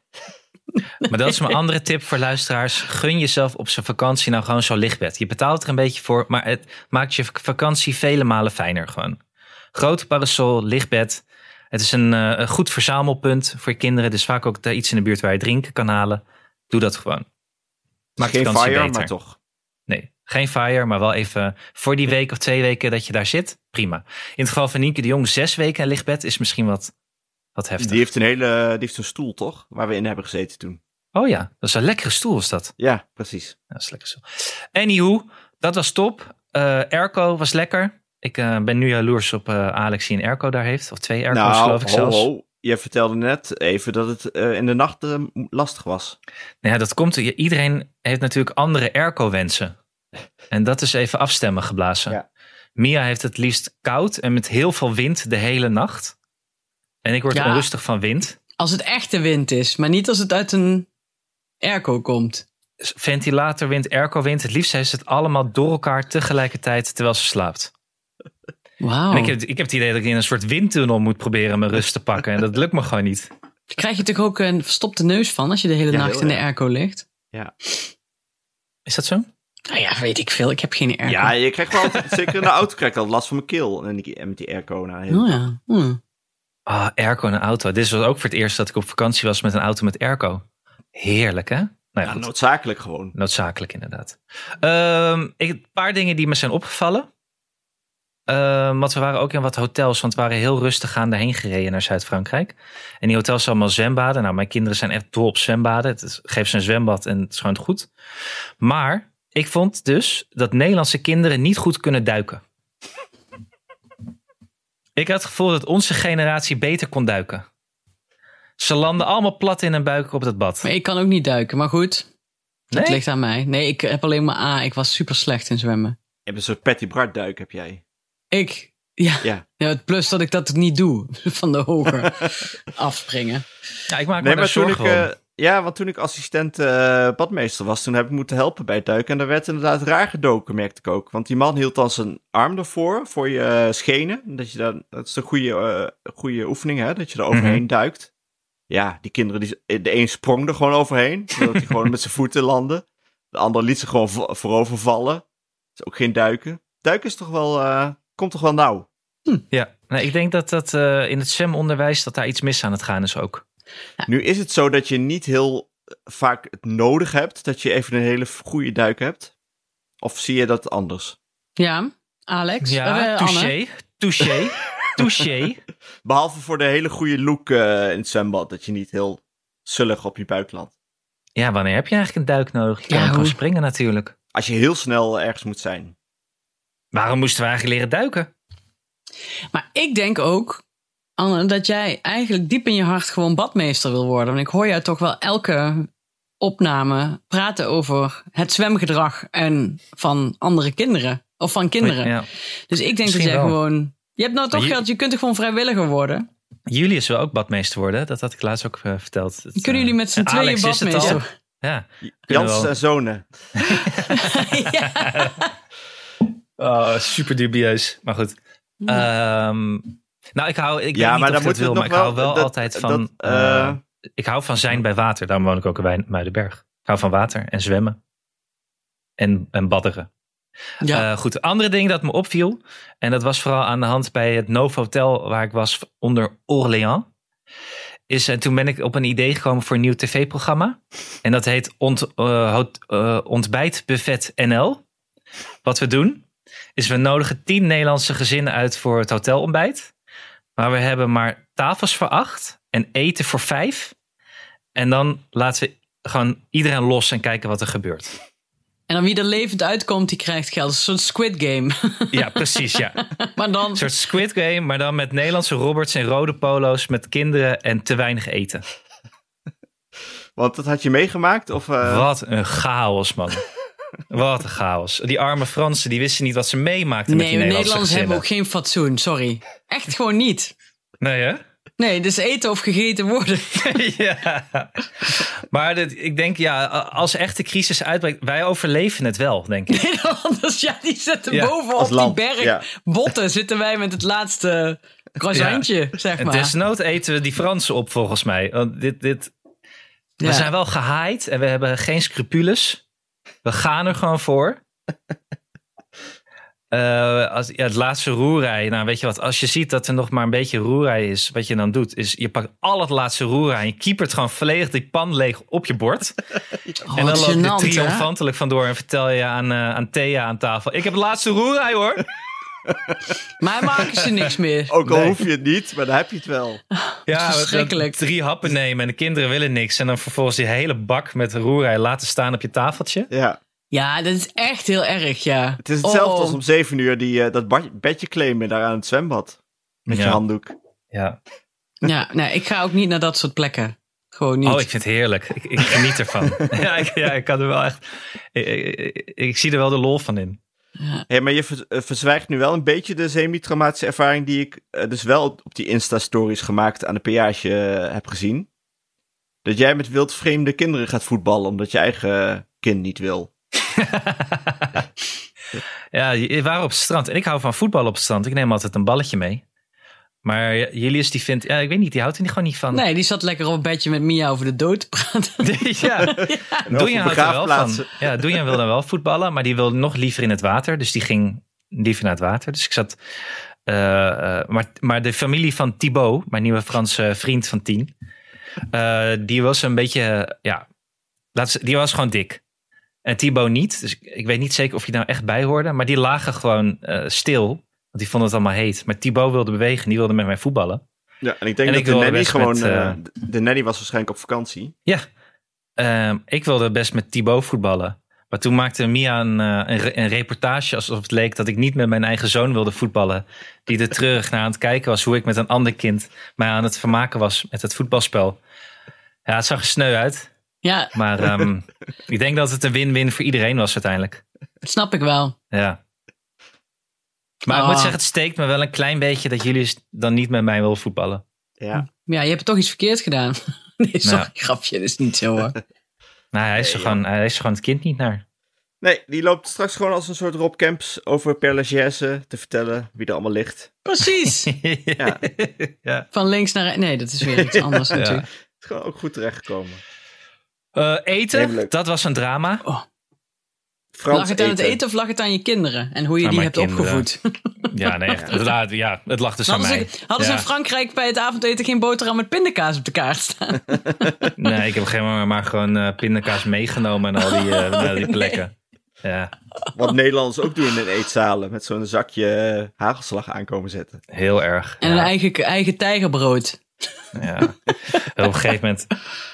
Speaker 2: Maar dat is mijn andere tip voor luisteraars. Gun jezelf op zijn vakantie nou gewoon zo'n lichtbed. Je betaalt er een beetje voor, maar het maakt je vakantie vele malen fijner gewoon. Groot parasol, lichtbed. Het is een, eh, een goed verzamelpunt voor je kinderen. Dus vaak ook daar iets in de buurt waar je drinken kan halen. Doe dat gewoon. Maakt
Speaker 3: geen
Speaker 2: de vakantie
Speaker 3: fire,
Speaker 2: beter.
Speaker 3: maar toch.
Speaker 2: Nee, geen fire, maar wel even voor die week of twee weken dat je daar zit. Prima. In het geval van Nienke de Jong, zes weken een lichtbed is misschien wat, wat heftig.
Speaker 3: Die heeft, een hele, die heeft een stoel, toch? Waar we in hebben gezeten toen.
Speaker 2: Oh ja, dat is een lekkere stoel was dat.
Speaker 3: Ja, precies.
Speaker 2: Ja, Dat is lekker zo. Anywho, dat was top. Eh Erco was lekker. Ik eh, ben nu jaloers op eh, Alex die een Erco daar heeft. Of twee Erco's
Speaker 3: nou,
Speaker 2: geloof ik
Speaker 3: ho,
Speaker 2: zelfs.
Speaker 3: ho. Je vertelde net even dat het eh, in de nacht eh, lastig was.
Speaker 2: Nou ja, dat komt. je- Iedereen heeft natuurlijk andere Erco-wensen. En dat is even afstemmen geblazen.
Speaker 3: Ja.
Speaker 2: Mia heeft het liefst koud en met heel veel wind de hele nacht. En ik word
Speaker 1: Ja.
Speaker 2: onrustig van wind.
Speaker 1: Als het echte wind is, maar niet als het uit een airco komt.
Speaker 2: Ventilatorwind, airco-wind. Het liefst heeft ze het allemaal door elkaar tegelijkertijd terwijl ze slaapt.
Speaker 1: Wauw.
Speaker 2: En ik heb, ik heb het idee dat ik in een soort windtunnel moet proberen mijn rust te pakken. En dat lukt me gewoon niet.
Speaker 1: Daar krijg je natuurlijk ook een verstopte neus van als je de hele
Speaker 3: Ja,
Speaker 1: nacht
Speaker 3: heel
Speaker 1: in de
Speaker 3: erg.
Speaker 1: airco ligt.
Speaker 2: Is dat zo?
Speaker 1: Nou ja, weet ik veel. Ik heb geen airco.
Speaker 3: Ja, je krijgt wel altijd- zeker in de auto krijg ik altijd last van mijn keel. En, die, en met die airco. Nou, heel-
Speaker 1: Oh ja. Hm.
Speaker 2: Ah, airco en een auto. Dit was ook voor het eerst dat ik op vakantie was met een auto met airco. Heerlijk, hè? Nou ja,
Speaker 3: ja,
Speaker 2: goed.
Speaker 3: noodzakelijk gewoon.
Speaker 2: Noodzakelijk, inderdaad. Ehm, ik, een paar dingen die me zijn opgevallen. Ehm, want we waren ook in wat hotels, want we waren heel rustig aan daarheen gereden naar Zuid-Frankrijk. En die hotels zijn allemaal zwembaden. Nou, mijn kinderen zijn echt dol op zwembaden. Het is- geef ze een zwembad en het is gewoon goed. Maar ik vond dus dat Nederlandse kinderen niet goed kunnen duiken. ik had het gevoel dat onze generatie beter kon duiken. Ze landen allemaal plat in hun buik op dat bad.
Speaker 1: Maar ik kan ook niet duiken, maar goed. Dat
Speaker 2: Nee?
Speaker 1: ligt aan mij. Nee, ik heb alleen maar A. Ik was super slecht in zwemmen.
Speaker 3: Je hebt een soort Patty Bart duik heb jij.
Speaker 1: Ik. Ja.
Speaker 3: Ja.
Speaker 1: ja. het Plus dat ik dat niet doe. [laughs] Van de hoger
Speaker 2: [laughs]
Speaker 1: afspringen.
Speaker 2: Ja, ik maak me
Speaker 3: Nee,
Speaker 2: daar
Speaker 3: maar toen ik,
Speaker 2: zorgen om.
Speaker 3: eh, ja, want toen ik assistent eh, badmeester was, toen heb ik moeten helpen bij het duiken. En daar werd inderdaad raar gedoken, merkte ik ook. Want die man hield dan zijn arm ervoor, voor je eh, schenen. Dat, je dan, dat is een goede, eh, goede oefening, hè, dat je er overheen
Speaker 2: Mhm.
Speaker 3: duikt. Ja, die kinderen, die, de een sprong er gewoon overheen, zodat hij gewoon [laughs] met zijn voeten landde. De ander liet ze gewoon vo- voorover vallen. Dat is ook geen duiken. Duiken is toch wel, eh, komt toch wel nauw?
Speaker 2: Ja, nou, ik denk dat dat eh, in het SEM-onderwijs dat daar iets mis aan het gaan is ook.
Speaker 3: Nu is het zo dat je niet heel eh, vaak het nodig hebt dat je even een hele goede duik hebt. Of zie je dat anders?
Speaker 1: Ja, Alex. Eh,
Speaker 2: Ja,
Speaker 1: eh, Anne.
Speaker 2: touché, [laughs] touché, touché.
Speaker 3: Behalve voor de hele goede look eh, in het zwembad, dat je niet heel zullig op je buik landt.
Speaker 2: Ja, wanneer heb je eigenlijk een duik nodig? Je kan
Speaker 1: Ja,
Speaker 2: hem gewoon
Speaker 1: hoe?
Speaker 2: springen natuurlijk.
Speaker 3: Als je heel snel ergens moet zijn.
Speaker 2: Waarom moesten we eigenlijk leren duiken?
Speaker 1: Maar ik denk ook, Anne, dat jij eigenlijk diep in je hart gewoon badmeester wil worden. Want ik hoor jou toch wel elke opname praten over het zwemgedrag en van andere kinderen. Of van kinderen.
Speaker 2: Ja.
Speaker 1: Dus ik denk
Speaker 2: Misschien
Speaker 1: dat jij
Speaker 2: wel.
Speaker 1: gewoon... Je hebt nou toch
Speaker 2: Maar je-
Speaker 1: geld, je kunt er gewoon vrijwilliger worden.
Speaker 2: Julius wil ook badmeester worden. Dat had ik laatst ook eh, verteld. Dat,
Speaker 1: Kunnen
Speaker 2: eh,
Speaker 1: jullie met z'n
Speaker 2: en
Speaker 1: tweeën
Speaker 2: Alex is het al.
Speaker 1: badmeester?
Speaker 2: Ja. Kunnen we
Speaker 3: Jans
Speaker 2: wel.
Speaker 3: en zonen.
Speaker 1: [laughs]
Speaker 2: [laughs]
Speaker 1: ja.
Speaker 2: Oh, super dubieus. Maar goed. Ehm, nou, ik hou. Ik
Speaker 3: Ja,
Speaker 2: weet niet
Speaker 3: maar dan
Speaker 2: of ik dat
Speaker 3: moet het
Speaker 2: wil,
Speaker 3: nog
Speaker 2: maar ik hou
Speaker 3: wel-
Speaker 2: wel
Speaker 3: dat-
Speaker 2: altijd van.
Speaker 3: dat,
Speaker 2: eh,
Speaker 3: eh,
Speaker 2: ik hou van zijn bij water. Daarom woon ik ook in Wijn- Muidenberg. Ik hou van water en zwemmen. En, en badderen.
Speaker 1: Ja.
Speaker 2: Eh, goed, andere ding dat me opviel. En dat was vooral aan de hand bij het Novo Hotel waar ik was onder Orléans. Is, en toen ben ik op een idee gekomen voor een nieuw tv-programma. En dat heet ont, eh, hot- eh, Ontbijt Buffet NL. Wat we doen, is we nodigen tien Nederlandse gezinnen uit voor het hotelontbijt. Maar we hebben maar tafels voor acht en eten voor vijf. En dan laten we gewoon iedereen los en kijken wat er gebeurt.
Speaker 1: En dan wie er levend uitkomt, die krijgt geld. Een soort Squid Game. [laughs]
Speaker 2: Ja, precies, ja.
Speaker 1: maar dan...
Speaker 2: Een soort Squid Game, maar dan met Nederlandse Roberts in rode polo's met kinderen en te weinig eten.
Speaker 3: Want dat had je meegemaakt? Of, eh,
Speaker 2: Wat een chaos, man. Wat een chaos. Die arme Fransen, die wisten niet wat ze meemaakten met
Speaker 1: Nee, we
Speaker 2: die Nederlandse
Speaker 1: Nederlanders hebben
Speaker 2: gezinnen.
Speaker 1: ook geen fatsoen, sorry. Echt gewoon niet.
Speaker 2: Nee, hè?
Speaker 1: Nee, dus eten of gegeten worden.
Speaker 2: [laughs] ja. Maar dit, ik denk, ja, als echt de crisis uitbreekt, wij overleven het wel, denk
Speaker 1: [laughs]
Speaker 2: ik.
Speaker 1: Nederlanders, ja, die zitten
Speaker 2: Ja,
Speaker 1: bovenop
Speaker 3: als
Speaker 1: die
Speaker 3: land,
Speaker 1: berg.
Speaker 3: ja.
Speaker 1: Botten zitten wij met het laatste croissantje, zeg
Speaker 2: En
Speaker 1: maar.
Speaker 2: desnood eten we die Fransen op, volgens mij. Want dit, dit,
Speaker 1: Ja.
Speaker 2: We zijn wel gehaaid en we hebben geen scrupules. We gaan er gewoon voor.
Speaker 1: [laughs]
Speaker 2: Eh, als, ja, het laatste roerij. Nou, weet je wat? Als je ziet dat er nog maar een beetje roerij is, wat je dan doet, is je pakt al het laatste roerij en je kiepert gewoon volledig die pan leeg op je bord.
Speaker 1: Oh,
Speaker 2: en dan
Speaker 1: wat
Speaker 2: loop je
Speaker 1: gênant, hè?
Speaker 2: triomfantelijk vandoor en vertel je aan, eh, aan Thea aan tafel: Ik heb het laatste roerij
Speaker 1: [laughs]
Speaker 2: hoor.
Speaker 1: Maar maken ze niks meer.
Speaker 3: Ook al
Speaker 2: Nee.
Speaker 3: hoef je het niet, maar dan heb je het
Speaker 2: [laughs]
Speaker 3: wel.
Speaker 2: Ja,
Speaker 1: verschrikkelijk.
Speaker 2: dat Drie happen nemen en de kinderen willen niks. En dan vervolgens die hele bak met roerij laten staan op je tafeltje.
Speaker 3: Ja.
Speaker 1: Ja, dat is echt heel erg, ja.
Speaker 3: Het is hetzelfde
Speaker 1: Oh.
Speaker 3: als om zeven uur die, eh, dat bad- bedje claimen daar aan het zwembad. Met je
Speaker 2: Ja.
Speaker 3: handdoek.
Speaker 2: Ja.
Speaker 1: Ja, nee, ik ga ook niet naar dat soort plekken. Gewoon niet.
Speaker 2: Oh, ik vind het heerlijk. Ik, ik geniet ervan. ja, ik, ja, ik kan er wel echt. Ik, ik- ik zie er wel de lol van in.
Speaker 3: Hé, maar je ver- eh, verzwijgt nu wel een beetje de semi-traumatische ervaring die ik eh, dus wel op die Insta-stories gemaakt aan de peage eh, heb gezien. Dat jij met wildvreemde kinderen gaat voetballen omdat je eigen eh, kind niet wil.
Speaker 2: Ja, je- we waren op het strand. En ik hou van voetbal op het strand. Ik neem altijd een balletje mee. Maar Julius, die vindt. Ja, ik weet niet, die houdt er gewoon niet van. [laughs]
Speaker 1: Nee, die zat lekker op een bedje met Mia over de dood te praten. [laughs]
Speaker 2: ja. Doenjan houdt er wel van.
Speaker 3: begraafplaatsen.
Speaker 2: Ja, Doenjan wil dan wel voetballen, maar die wil nog liever in het water. Dus die ging liever naar het water. Dus ik zat... eh, eh, maar, maar de familie van Thibaut, mijn nieuwe Franse vriend van tien... eh, die was een beetje... eh, ja, laat ze- die was gewoon dik. En Thibaut niet. Dus ik, ik weet niet zeker of je nou echt bij hoorde. Maar die lagen gewoon eh, stil. Want die vonden het allemaal heet. Maar Thibaut wilde bewegen. Die wilde met mij voetballen.
Speaker 3: Ja, en ik denk
Speaker 2: En
Speaker 3: dat
Speaker 2: ik
Speaker 3: de
Speaker 2: wil
Speaker 3: nanny
Speaker 2: best
Speaker 3: gewoon...
Speaker 2: met,
Speaker 3: eh,
Speaker 2: eh,
Speaker 3: de- de nanny was waarschijnlijk op vakantie.
Speaker 2: Ja, Ehm, ik wilde best met Thibaut voetballen. Maar toen maakte Mia een, eh, een, re- een reportage alsof het leek dat ik niet met mijn eigen zoon wilde voetballen. Die er treurig naar aan het kijken was hoe ik met een ander kind mij aan het vermaken was met het voetbalspel. Ja, het zag er sneu uit.
Speaker 1: Ja,
Speaker 2: Maar
Speaker 3: [laughs]
Speaker 2: ehm, ik denk dat het een win-win voor iedereen was uiteindelijk.
Speaker 1: dat snap ik wel.
Speaker 2: Ja. Maar ik
Speaker 1: Ah.
Speaker 2: moet zeggen, het steekt me wel een klein beetje dat jullie dan niet met mij willen voetballen. Hm.
Speaker 3: Ja.
Speaker 1: Ja, je hebt toch iets verkeerd gedaan. [laughs] Nee, sorry,
Speaker 2: Nou.
Speaker 1: grapje, dat is niet zo hoor.
Speaker 2: Nou, hij is, er
Speaker 3: Nee,
Speaker 2: gewoon, hij is er gewoon het kind niet naar. [laughs]
Speaker 3: Nee, die loopt straks gewoon als een soort Rob Camps over Père Lachaise te vertellen wie er allemaal ligt.
Speaker 1: Precies.
Speaker 3: Ja.
Speaker 2: ja.
Speaker 1: Van links naar rechts. Nee, dat is weer iets anders
Speaker 2: Ja.
Speaker 1: natuurlijk.
Speaker 3: Het is gewoon ook goed terechtgekomen.
Speaker 2: Eh, eten,
Speaker 3: Heerlijk.
Speaker 2: dat was een drama.
Speaker 3: Frans
Speaker 1: lag het aan het eten of lag het aan je kinderen? En hoe je
Speaker 2: Aan
Speaker 1: die
Speaker 2: mijn
Speaker 1: hebt
Speaker 2: kinderen.
Speaker 1: opgevoed.
Speaker 2: Ja, nee, echt. Het, la- ja, het lag dus aan
Speaker 1: Hadden
Speaker 2: mij.
Speaker 1: ze, hadden ze
Speaker 2: Ja.
Speaker 1: in Frankrijk bij het avondeten geen boterham met pindakaas op de kaart staan?
Speaker 2: [laughs] Nee, ik heb geen maar, maar gewoon eh, pindakaas meegenomen en al die, eh, naar
Speaker 1: [laughs]
Speaker 2: die plekken. Ja,
Speaker 3: Wat Nederlanders ook doen in eetzalen. Met zo'n zakje eh, hagelslag aankomen zetten.
Speaker 2: heel erg.
Speaker 1: En
Speaker 2: ja,
Speaker 1: een eigen, eigen tijgerbrood.
Speaker 2: ja. En Op een gegeven moment,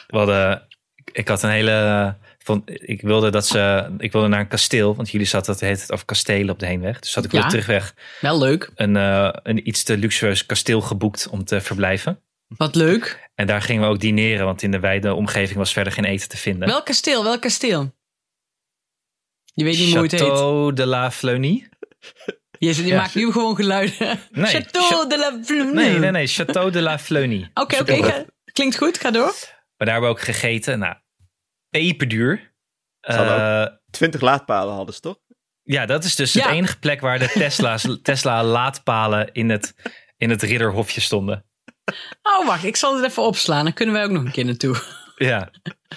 Speaker 2: we hadden ik had een hele. eh, Vond, ik, wilde dat ze, ik wilde naar een kasteel, want jullie zaten dat heet het over kastelen op de heenweg. Dus had ik
Speaker 1: Ja.
Speaker 2: op de terugweg
Speaker 1: Wel leuk.
Speaker 2: een, eh, een iets te luxueus kasteel geboekt om te verblijven.
Speaker 1: Wat leuk.
Speaker 2: En daar gingen we ook dineren, want in de wijde omgeving was verder geen eten te vinden.
Speaker 1: Welk kasteel? Welk kasteel? Je weet niet hoe het heet.
Speaker 2: Château de la Fleunie?
Speaker 1: Je, je
Speaker 2: Ja.
Speaker 1: maakt nu gewoon geluiden. [laughs]
Speaker 2: Nee.
Speaker 1: Château
Speaker 2: Cha-
Speaker 1: de la Plume.
Speaker 2: Nee, nee, nee, Château de la Fleunie.
Speaker 1: [laughs] Oké,
Speaker 2: Zoek
Speaker 1: oké.
Speaker 2: het op.
Speaker 1: ga- Klinkt goed. Ga door.
Speaker 2: Maar daar hebben we ook gegeten. Nou, peperduur.
Speaker 3: Zal
Speaker 2: Eh,
Speaker 3: Twintig laadpalen hadden ze toch?
Speaker 2: ja, dat is dus
Speaker 1: Ja.
Speaker 2: de enige plek
Speaker 1: [laughs]
Speaker 2: waar de Tesla's, Tesla laadpalen in het, in het ridderhofje stonden.
Speaker 1: Oh, wacht. Ik zal het even opslaan. Dan kunnen wij ook nog een keer naartoe.
Speaker 2: Ja,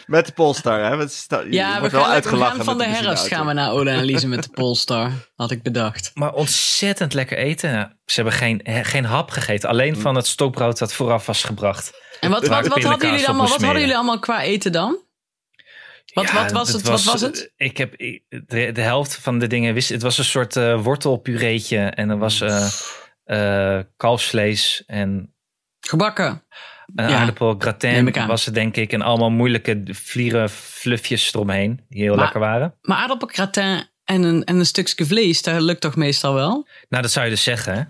Speaker 3: Met de Polestar, hè? Met de sta- je
Speaker 1: Ja, we
Speaker 3: wordt wel
Speaker 1: gaan, we
Speaker 3: uitgelachen
Speaker 1: gaan van de
Speaker 3: met
Speaker 1: herfst
Speaker 3: benzineauto.
Speaker 1: gaan we naar Ola en Elise
Speaker 2: [laughs]
Speaker 1: met de Polestar. Had ik bedacht.
Speaker 2: maar ontzettend lekker eten. Hm. Nou, ze hebben geen, he- geen hap gegeten, alleen van het stokbrood dat vooraf was gebracht.
Speaker 1: En wat, wat,
Speaker 2: Waar de
Speaker 1: wat, hadden,
Speaker 2: pindakaas
Speaker 1: jullie
Speaker 2: op
Speaker 1: allemaal, wat
Speaker 2: moest
Speaker 1: hadden
Speaker 2: smeren.
Speaker 1: jullie allemaal qua eten dan? Wat,
Speaker 2: Ja, eh,
Speaker 1: wat, was het, wat was het?
Speaker 2: Ik heb ik- de, de helft van de dingen wist. Het was een soort eh, wortelpureetje en er was eh eh, kalfsvlees en
Speaker 1: Gebakken.
Speaker 2: Een
Speaker 1: Ja,
Speaker 2: aardappel
Speaker 1: neem ik aan.
Speaker 2: gratin was het denk ik. En allemaal moeilijke vlieren fluffjes eromheen. Die heel
Speaker 1: Maar-
Speaker 2: lekker waren.
Speaker 1: Maar aardappelgratin en een, en een stukje vlees, dat lukt toch meestal wel?
Speaker 2: Nou, dat zou je dus zeggen. hè?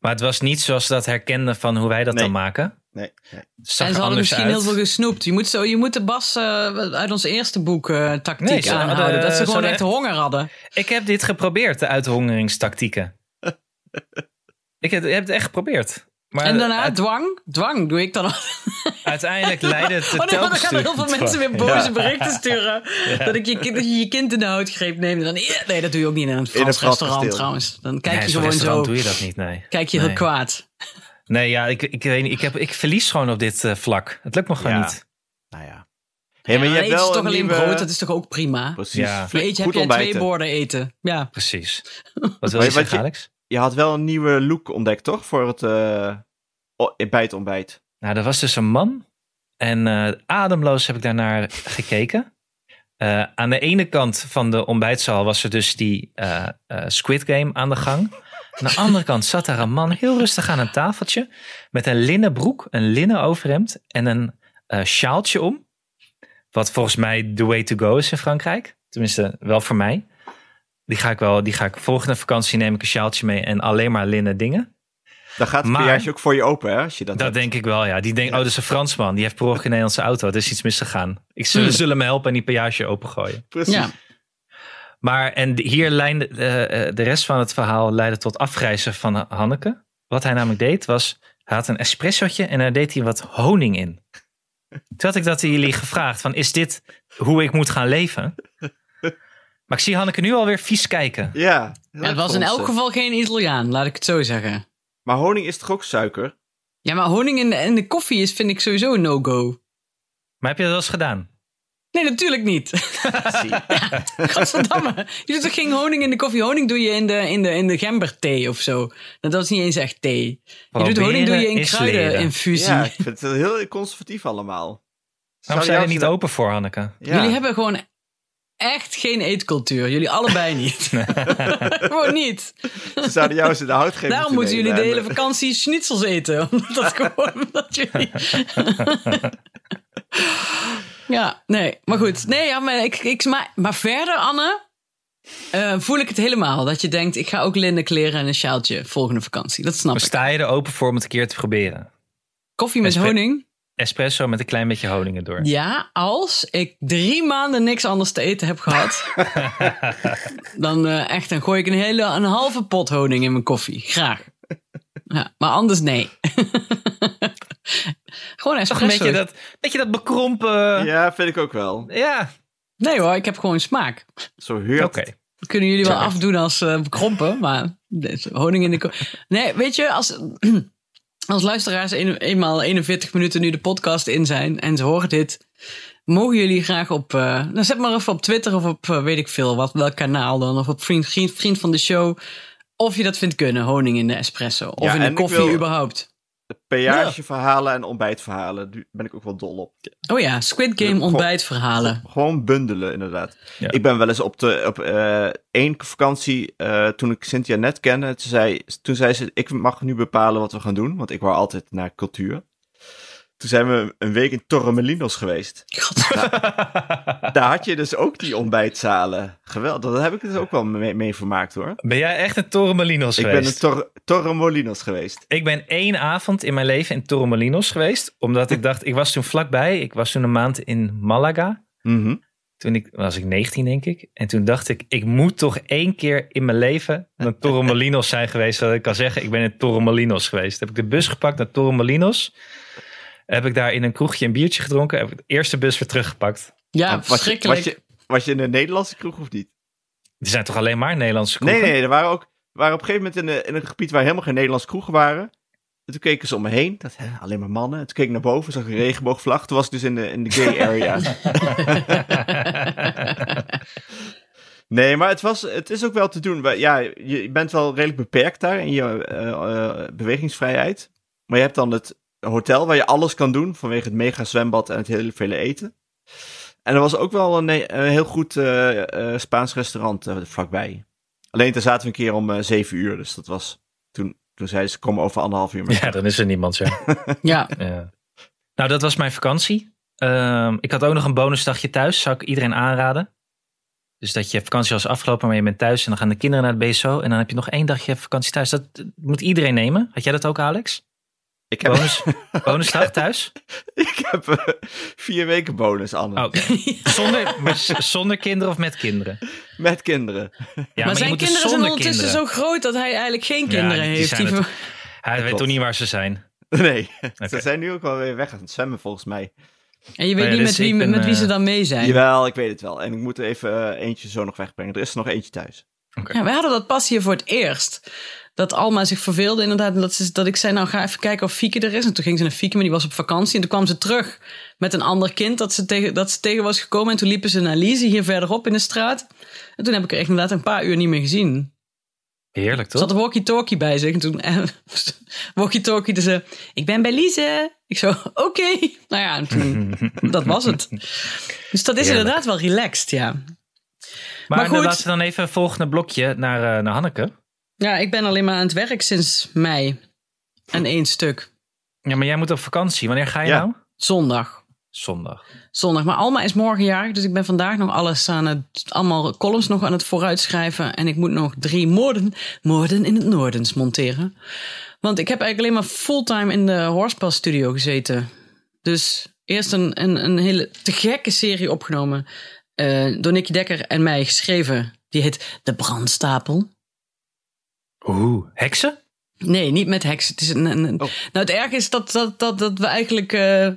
Speaker 2: Maar het was niet zoals dat herkende van hoe wij dat
Speaker 3: Nee.
Speaker 2: dan maken.
Speaker 3: Nee, nee.
Speaker 2: Het
Speaker 1: en
Speaker 2: zag er
Speaker 1: ze hadden
Speaker 2: anders
Speaker 1: misschien
Speaker 2: uit.
Speaker 1: heel veel gesnoept. Je moet, zo, je moet de Bas eh, uit ons eerste boek eh, tactiek
Speaker 2: Nee, ze hadden-
Speaker 1: aanhouden. dat ze
Speaker 2: ze
Speaker 1: gewoon
Speaker 2: hadden
Speaker 1: echt
Speaker 2: echt-
Speaker 1: honger hadden.
Speaker 2: Ik heb dit geprobeerd, de
Speaker 1: [laughs]
Speaker 2: uithongeringstactieken. ik heb, ik heb het echt geprobeerd. Maar
Speaker 1: en daarna
Speaker 2: uit-
Speaker 1: dwang. Dwang doe ik
Speaker 2: [laughs]
Speaker 1: dan al.
Speaker 2: uiteindelijk leidde het
Speaker 1: Oh nee, want dan
Speaker 2: telkens
Speaker 1: gaan er
Speaker 2: toe-
Speaker 1: heel veel mensen weer boze berichten
Speaker 2: [laughs]
Speaker 1: sturen. Dat, ik je kind, dat je je kind in de houtgreep neemt. En dan, "Eh." nee, dat doe je ook niet in een Frans
Speaker 3: een Frans
Speaker 1: restaurant
Speaker 3: kasteel.
Speaker 1: trouwens. Dan
Speaker 2: Nee,
Speaker 1: kijk je
Speaker 2: zo'n
Speaker 1: gewoon zo,
Speaker 2: restaurant doe je dat niet, nee.
Speaker 1: kijk je heel
Speaker 2: Nee.
Speaker 1: kwaad.
Speaker 2: Nee, ja, ik, ik, weet niet, ik, heb, ik verlies gewoon op dit eh, vlak. Het lukt me gewoon
Speaker 3: Ja.
Speaker 2: niet.
Speaker 3: Nou ja. Hey, maar
Speaker 1: Ja,
Speaker 3: je
Speaker 1: dan
Speaker 3: hebt
Speaker 1: eten ze
Speaker 3: wel
Speaker 1: toch
Speaker 3: een
Speaker 1: alleen
Speaker 3: nieuwe...
Speaker 1: brood, dat is toch ook prima?
Speaker 3: Precies.
Speaker 2: Ja.
Speaker 1: Dan
Speaker 3: Flink-
Speaker 1: eet je, heb
Speaker 3: goed
Speaker 1: je twee
Speaker 3: ontbijten.
Speaker 1: borden eten. Ja.
Speaker 2: Precies. Wat wil
Speaker 3: Maar
Speaker 2: je
Speaker 3: wat
Speaker 2: zeggen,
Speaker 3: je-
Speaker 2: Alex?
Speaker 3: Je had wel een nieuwe look ontdekt, toch? Voor het eh, o- bij het ontbijt.
Speaker 2: Nou, er was dus een man. En eh, ademloos heb ik daarnaar gekeken. Eh, aan de ene kant van de ontbijtzaal was er dus die eh, eh, Squid Game aan de gang. Aan de andere kant zat daar een man heel rustig aan een tafeltje. Met een linnen broek, een linnen overhemd en een eh sjaaltje om. Wat volgens mij the way to go is in Frankrijk. Tenminste, wel voor mij. Die ga ik wel, die ga ik volgende vakantie neem ik een sjaaltje mee en alleen maar linnen dingen.
Speaker 3: Dan gaat het
Speaker 2: Maar-
Speaker 3: verjaarsje ook voor je open, hè? Als je dat,
Speaker 2: Dat
Speaker 3: hebt.
Speaker 2: denk ik wel, ja. Die denkt, oh, dat is een Fransman. Die heeft per ongeluk een Nederlandse auto. Er is iets misgegaan. Ik zullen,
Speaker 1: Hmm.
Speaker 2: zullen me helpen en die peage opengooien.
Speaker 3: Precies.
Speaker 1: ja.
Speaker 2: Maar, en de- hier leidde eh, eh, de rest van het verhaal leidde tot afgrijzen van Hanneke. Wat hij namelijk deed, was, hij had een espressotje en daar deed hij wat honing in. Toen had ik dat aan jullie gevraagd, van is dit hoe ik moet gaan leven? Maar ik zie Hanneke nu alweer vies kijken.
Speaker 3: Ja.
Speaker 1: Ja, het was in elk geval geen Italiaan, laat ik het zo zeggen.
Speaker 3: Maar honing is toch ook suiker?
Speaker 1: Ja, maar honing in de, in de koffie is, vind ik sowieso een no-go.
Speaker 2: Maar heb je dat wel eens gedaan?
Speaker 1: Nee, natuurlijk niet. [laughs] Godverdamme. Je doet toch geen honing in de koffie? Honing doe je in de, in de, in de gemberthee of zo. Nou, dat is niet eens echt thee. Je doet honing doe je in
Speaker 2: is leren.
Speaker 1: kruideninfusie.
Speaker 3: Ja, ik vind het heel conservatief allemaal. Zou
Speaker 2: Waarom zijn er
Speaker 3: jou-
Speaker 2: niet open voor, Hanneke?
Speaker 3: Ja.
Speaker 1: Jullie hebben gewoon echt geen eetcultuur. Jullie allebei
Speaker 3: [laughs]
Speaker 1: niet. gewoon niet.
Speaker 3: Ze zouden jou eens in de hout geven.
Speaker 1: Daarom moeten jullie de hele [laughs] vakantie schnitzels eten. Omdat dat gewoon [laughs] omdat jullie... ja, nee. Maar goed. Nee, ja, maar, ik, ik, maar, maar verder, Anne... eh, voel ik het helemaal. Dat je denkt, ik ga ook linnen kleren en een sjaaltje volgende vakantie. Dat snap
Speaker 2: Maar
Speaker 1: ik.
Speaker 2: sta je er open voor om het een keer te proberen?
Speaker 1: Koffie met
Speaker 2: Espe-
Speaker 1: honing.
Speaker 2: Espresso met een klein beetje honing erdoor.
Speaker 1: Ja, als ik drie maanden niks anders te eten heb gehad... dan eh, echt, dan gooi ik een, hele, een halve pot honing in mijn koffie. Graag. Ja, maar anders nee. [laughs] Gewoon
Speaker 2: Toch een
Speaker 1: espresso.
Speaker 2: beetje dat, beetje dat bekrompen. Ja.
Speaker 3: Ja, vind ik ook wel.
Speaker 1: Nee hoor, ik heb gewoon smaak.
Speaker 3: Zo
Speaker 2: oké.
Speaker 3: huurt.
Speaker 1: Dat kunnen jullie wel
Speaker 2: Sorry.
Speaker 1: afdoen als eh, bekrompen, maar deze honing in de ko- Nee, weet je, als, [clears throat] als luisteraars een- eenmaal 41 minuten nu de podcast in zijn en ze horen dit, mogen jullie graag op, eh, nou zet maar even op Twitter of op eh, weet ik veel, wat, welk kanaal dan, of op vriend, vriend, vriend van de show, of je dat vindt kunnen, honing in de espresso, of
Speaker 3: Ja,
Speaker 1: in de
Speaker 3: en ik
Speaker 1: koffie
Speaker 3: wil-
Speaker 1: überhaupt.
Speaker 3: Peageverhalen en ontbijtverhalen. Daar ben ik ook wel dol op.
Speaker 1: Oh ja, Squid Game
Speaker 3: Goh.
Speaker 1: ontbijtverhalen.
Speaker 3: Gewoon bundelen, inderdaad.
Speaker 2: Ja.
Speaker 3: Ik ben wel eens op, de, op eh, één vakantie, eh, toen ik Cynthia net kende, toen zei, toen zei ze, ik mag nu bepalen wat we gaan doen, want ik wou altijd naar cultuur. Toen zijn we een week in Torremolinos
Speaker 2: [laughs]
Speaker 3: geweest.
Speaker 1: God.
Speaker 3: Daar had je dus ook die ontbijtzalen. Geweldig, daar heb ik dus ook wel mee, mee vermaakt hoor.
Speaker 2: Ben jij echt een Torremolinos
Speaker 3: Ik
Speaker 2: geweest?
Speaker 3: ben in Tor Torremolinos geweest.
Speaker 2: Ik ben één avond in mijn leven in Torremolinos geweest. Omdat ik dacht, ik was toen vlakbij. Ik was toen een maand in Malaga.
Speaker 3: Mhm.
Speaker 2: Toen ik, was ik 19, denk ik. En toen dacht ik, ik moet toch één keer in mijn leven naar Torremolinos zijn geweest. Zodat ik kan zeggen, ik ben in Torremolinos geweest. Heb ik de bus gepakt naar Torremolinos. Heb ik daar in een kroegje een biertje gedronken. Heb ik de eerste bus weer teruggepakt.
Speaker 1: Ja,
Speaker 3: Maar was, je,
Speaker 1: verschrikkelijk.
Speaker 3: was, je, was je in een Nederlandse kroeg of niet?
Speaker 2: Er zijn toch alleen maar Nederlandse kroegen?
Speaker 3: Nee, nee, er waren ook er waren op een gegeven moment in een, in een gebied waar helemaal geen Nederlandse kroegen waren. En toen keken ze om me heen, dat, hè, alleen maar mannen. En toen keek ik naar boven, zag ik een regenboogvlag. Toen was ik dus in de, in de gay
Speaker 1: [laughs]
Speaker 3: area.
Speaker 2: [laughs]
Speaker 3: nee, maar het, was, het is ook wel te doen. Wij- Ja, je je bent wel redelijk beperkt daar in je eh, eh, bewegingsvrijheid. Maar je hebt dan het hotel waar je alles kan doen vanwege het mega zwembad en het hele vele eten. En er was ook wel een, een heel goed eh, eh, Spaans restaurant eh, vlakbij. Alleen daar zaten we een keer om eh, zeven uur. Dus dat was toen, toen zeiden ze: kom over anderhalf
Speaker 2: [laughs]
Speaker 3: uur. mee."
Speaker 2: Ja, dan is er niemand, ja.
Speaker 1: Ja,
Speaker 2: Ja. [laughs] Nou, dat was mijn vakantie. Ehm, ik had ook nog een bonusdagje thuis. Zou ik iedereen aanraden. Dus dat je vakantie was afgelopen, maar je bent thuis. En dan gaan de kinderen naar het BSO. En dan heb je nog één dagje vakantie thuis. Dat eh, moet iedereen nemen. Had jij dat ook, Alex?
Speaker 3: Ik,
Speaker 1: [laughs]
Speaker 3: heb,
Speaker 2: Bonus, bonusdag thuis?
Speaker 3: ik heb eh, vier weken bonus,
Speaker 1: [laughs]
Speaker 3: Anne.
Speaker 2: Oké. Zonder, maar z- zonder kinderen of met kinderen? Ja,
Speaker 3: Met kinderen. [laughs]
Speaker 1: maar,
Speaker 2: je
Speaker 1: zijn
Speaker 2: moet dus
Speaker 1: kinderen zijn
Speaker 2: zonder
Speaker 1: ondertussen
Speaker 2: kinderen.
Speaker 1: zo groot dat hij eigenlijk geen
Speaker 2: Ja,
Speaker 1: kinderen
Speaker 2: die
Speaker 1: heeft.
Speaker 2: zijn
Speaker 1: Die-
Speaker 2: Hij weet
Speaker 3: Klopt.
Speaker 2: toch niet waar ze zijn?
Speaker 3: Nee,
Speaker 2: Oké.
Speaker 3: ze zijn nu ook wel weer weg aan het zwemmen volgens mij.
Speaker 1: En je weet
Speaker 2: Nee,
Speaker 1: niet
Speaker 2: dus
Speaker 1: met wie,
Speaker 2: ik ben,
Speaker 1: met wie
Speaker 2: eh,
Speaker 1: ze dan mee zijn.
Speaker 3: Jawel, ik weet het wel. En ik moet er even eh, eentje zo nog wegbrengen. Er is er nog eentje thuis.
Speaker 1: Ja, wij hadden dat pas hier voor het eerst. Dat Alma zich verveelde inderdaad. En dat, ze, dat ik zei, nou ga even kijken of Fieke er is. En toen ging ze naar Fieke, maar die was op vakantie. En toen kwam ze terug met een ander kind dat ze tegen, dat ze tegen was gekomen. En toen liepen ze naar Lise hier verderop in de straat. En toen heb ik er echt inderdaad een paar uur niet meer gezien.
Speaker 2: Heerlijk,
Speaker 1: Ze had
Speaker 2: toch?
Speaker 1: een walkie-talkie bij zich. En [laughs] toen eh, walkie-talkie dus, ze, ik ben bij Lise. Ik zo, oké. Nou ja, en toen,
Speaker 2: [laughs]
Speaker 1: dat was het. Dus dat is
Speaker 2: Heerlijk.
Speaker 1: inderdaad wel relaxed, ja.
Speaker 2: Maar,
Speaker 1: Maar goed.
Speaker 2: laten we dan even het volgende blokje naar, eh, naar Hanneke.
Speaker 1: Ja, ik ben alleen maar aan het werk sinds mei. En één stuk.
Speaker 2: Ja, maar jij moet op vakantie. Wanneer ga je
Speaker 3: Ja.
Speaker 2: nou?
Speaker 1: Zondag.
Speaker 2: Zondag.
Speaker 1: Zondag. Maar Alma is morgen jarig, dus ik ben vandaag nog alles aan het... Allemaal columns nog aan het vooruitschrijven. En ik moet nog drie moorden, moorden in het Noordens monteren. Want ik heb eigenlijk alleen maar fulltime in de Horsepal studio gezeten. Dus eerst een, een, een hele te gekke serie opgenomen. eh, door Nicky Dekker en mij geschreven. Die heet De Brandstapel.
Speaker 2: Oeh, heksen?
Speaker 1: Nee, niet met heksen. Het is een, een- een-
Speaker 3: Oh.
Speaker 1: Nou, het erg is dat, dat, dat, dat we eigenlijk eh,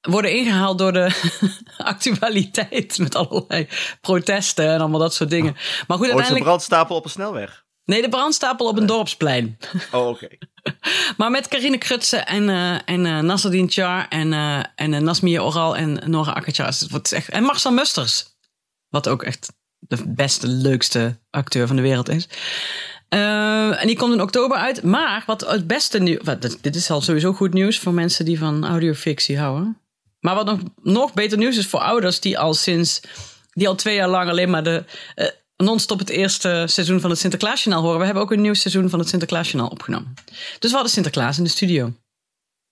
Speaker 1: worden ingehaald door de [laughs] actualiteit. Met allerlei protesten en allemaal dat soort dingen. Maar goed,
Speaker 3: Oh, het is een
Speaker 1: uiteindelijk.
Speaker 3: brandstapel op een snelweg.
Speaker 1: Nee, de brandstapel op een dorpsplein.
Speaker 3: Oh, oké.
Speaker 1: [laughs] Maar met Carine Krutsen en, eh en eh, Nasreddin Char en, eh en eh, Nasmia Oral en Nora Akkertjar. Dus het wordt echt- En Marcel Musters. Wat ook echt de beste, leukste acteur van de wereld is. Eh, en die komt in oktober uit. Maar wat het beste nieuws... wat- dit- Dit is al sowieso goed nieuws voor mensen die van audiofictie houden. Maar wat nog, nog beter nieuws is voor ouders die al sinds... die al twee jaar lang alleen maar de... eh, non-stop het eerste seizoen van het Sinterklaasjournaal horen. We hebben ook een nieuw seizoen van het Sinterklaasjournaal opgenomen. Dus we hadden Sinterklaas in de studio.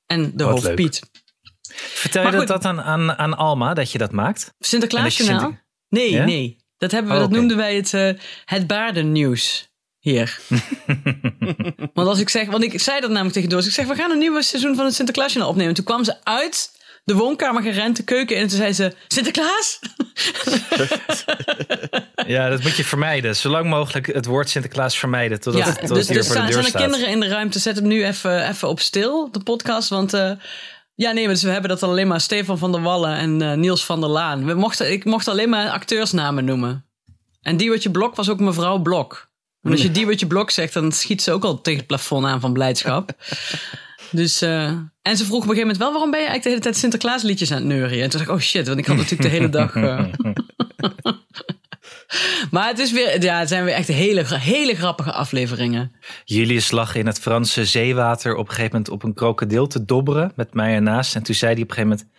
Speaker 1: En de
Speaker 2: Wat
Speaker 1: hoofdpiet.
Speaker 2: Vertel
Speaker 1: Maar
Speaker 2: je dat,
Speaker 1: goed.
Speaker 2: dat aan, aan, aan Alma, dat je dat maakt?
Speaker 1: Sinterklaasjournaal?
Speaker 2: En dat je
Speaker 1: Nee,
Speaker 2: Ja?
Speaker 1: nee. Dat, hebben we,
Speaker 2: Oh,
Speaker 1: dat
Speaker 2: oké.
Speaker 1: noemden wij het, eh, het baardennieuws
Speaker 2: [laughs]
Speaker 1: hier. want als ik zeg, want ik zei dat namelijk tegen Doris. Ik zeg, we gaan een nieuw seizoen van het Sinterklaasjournaal opnemen. Toen kwam ze uit de woonkamer gerend, de keuken. En toen zei ze, Sinterklaas?
Speaker 2: Ja, dat moet je vermijden. Zolang mogelijk het woord Sinterklaas vermijden. Totdat
Speaker 1: ja,
Speaker 2: het, totdat
Speaker 1: dus,
Speaker 2: het hier
Speaker 1: dus
Speaker 2: voor de
Speaker 1: zijn,
Speaker 2: deur
Speaker 1: zijn er
Speaker 2: staat.
Speaker 1: kinderen in de ruimte? Zet hem nu even, even op stil, de podcast. Want eh, ja, nee, dus we hebben dat alleen maar Stefan van der Wallen en eh, Niels van der Laan. We mochten, ik mocht alleen maar acteursnamen noemen. En Diewertje Blok was ook mevrouw Blok. En als je
Speaker 2: Hmm.
Speaker 1: Diewertje Blok zegt, dan schiet ze ook al tegen het plafond aan van
Speaker 2: [laughs]
Speaker 1: blijdschap. Dus, eh, en ze vroeg op een gegeven moment wel, waarom ben je eigenlijk de hele tijd Sinterklaas liedjes aan het neurien? En toen dacht ik, oh shit, want ik had natuurlijk de hele dag...
Speaker 2: [laughs]
Speaker 1: eh, maar het, is weer, ja, het zijn weer echt hele, hele grappige afleveringen.
Speaker 2: Julius lag in het Franse zeewater op een gegeven moment op een krokodil te dobberen met mij ernaast. En toen zei hij op een gegeven moment,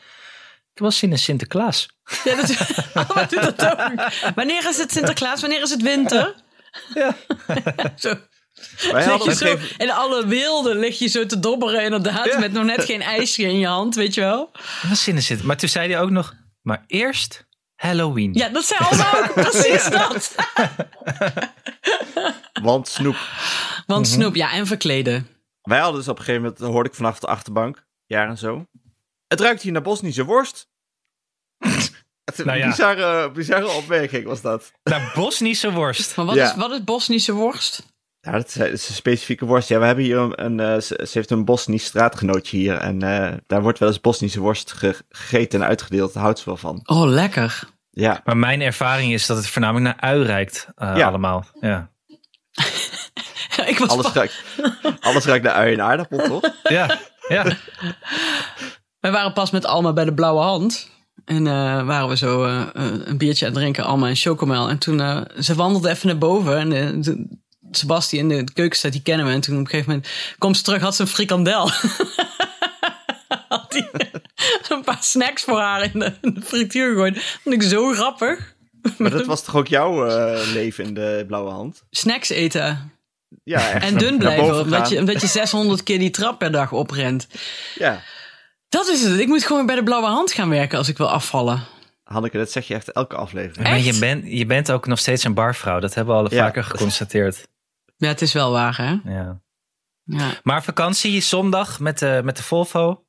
Speaker 2: ik was in een Sinterklaas.
Speaker 1: Ja, dat, [laughs] Alma doet dat ook. Wanneer is het Sinterklaas? Wanneer is het winter?
Speaker 2: Ja.
Speaker 1: [laughs] Zo.
Speaker 3: Wij hadden
Speaker 1: Lig je zo,
Speaker 3: gegeven-
Speaker 1: in alle wilde lig je zo te dobberen, inderdaad.
Speaker 3: Ja.
Speaker 1: Met nog net geen ijsje in je hand, weet je wel.
Speaker 2: Wat zin is dit? Maar toen zei hij ook nog, maar eerst Halloween.
Speaker 1: Ja, dat zijn allemaal
Speaker 3: [laughs]
Speaker 1: ook precies dat.
Speaker 3: Want snoep. Mhm.
Speaker 1: Want snoep, ja, en verkleden.
Speaker 3: Wij hadden dus op een gegeven moment, dat hoorde ik vanaf de achterbank, jaar en zo. Het ruikt hier naar Bosnische worst. [laughs] Het is
Speaker 2: Nou ja.
Speaker 3: een bizarre, bizarre opmerking was dat.
Speaker 2: Naar Bosnische worst.
Speaker 1: Maar wat,
Speaker 3: Ja.
Speaker 1: is, wat is Bosnische worst?
Speaker 3: Ja, dat is, eh, dat is een specifieke worst. Ja, we hebben hier een, een, eh, ze, ze heeft een Bosnisch straatgenootje hier. En eh, daar wordt wel eens Bosnische worst ge- gegeten en uitgedeeld. Daar houdt ze wel van.
Speaker 1: Oh, lekker.
Speaker 3: Ja,
Speaker 2: Maar mijn ervaring is dat het voornamelijk naar ui reikt eh,
Speaker 3: Ja.
Speaker 2: allemaal. Ja.
Speaker 1: [laughs] Ik was
Speaker 3: alles
Speaker 1: pas-
Speaker 3: ruikt, alles ruikt naar ui en aardappel, toch?
Speaker 2: Ja. ja.
Speaker 1: Wij waren pas met Alma bij de Blauwe Hand. En eh, waren we zo eh, eh, een biertje aan het drinken, Alma en Chocomel. En toen, eh, ze wandelde even naar boven. En eh, toen- Sebastian in de keuken staat, die kennen we. En toen op een gegeven moment, kom ze terug, had ze een frikandel. [laughs] had die [laughs] een paar snacks voor haar in de, in de frituur gegooid. Vond ik zo grappig.
Speaker 3: Maar
Speaker 1: [laughs]
Speaker 3: dat was toch ook jouw eh, leven in de blauwe hand?
Speaker 1: Snacks eten
Speaker 3: Ja, echt.
Speaker 1: en dun
Speaker 3: Naar
Speaker 1: blijven,
Speaker 3: boven
Speaker 1: omdat
Speaker 3: gaan.
Speaker 1: je,
Speaker 3: [laughs]
Speaker 1: omdat je 600 keer die trap per dag oprent.
Speaker 3: Ja,
Speaker 1: Dat is het. Ik moet gewoon bij de blauwe hand gaan werken als ik wil afvallen.
Speaker 3: Hanneke, dat zeg je echt elke aflevering.
Speaker 2: Maar je,
Speaker 1: Echt?
Speaker 2: bent je bent ook nog steeds een barvrouw. Dat hebben we al
Speaker 3: Ja.
Speaker 2: vaker geconstateerd.
Speaker 1: Ja, het is wel waar, hè?
Speaker 2: Ja.
Speaker 1: Ja.
Speaker 2: Maar vakantie zondag met de, met de Volvo.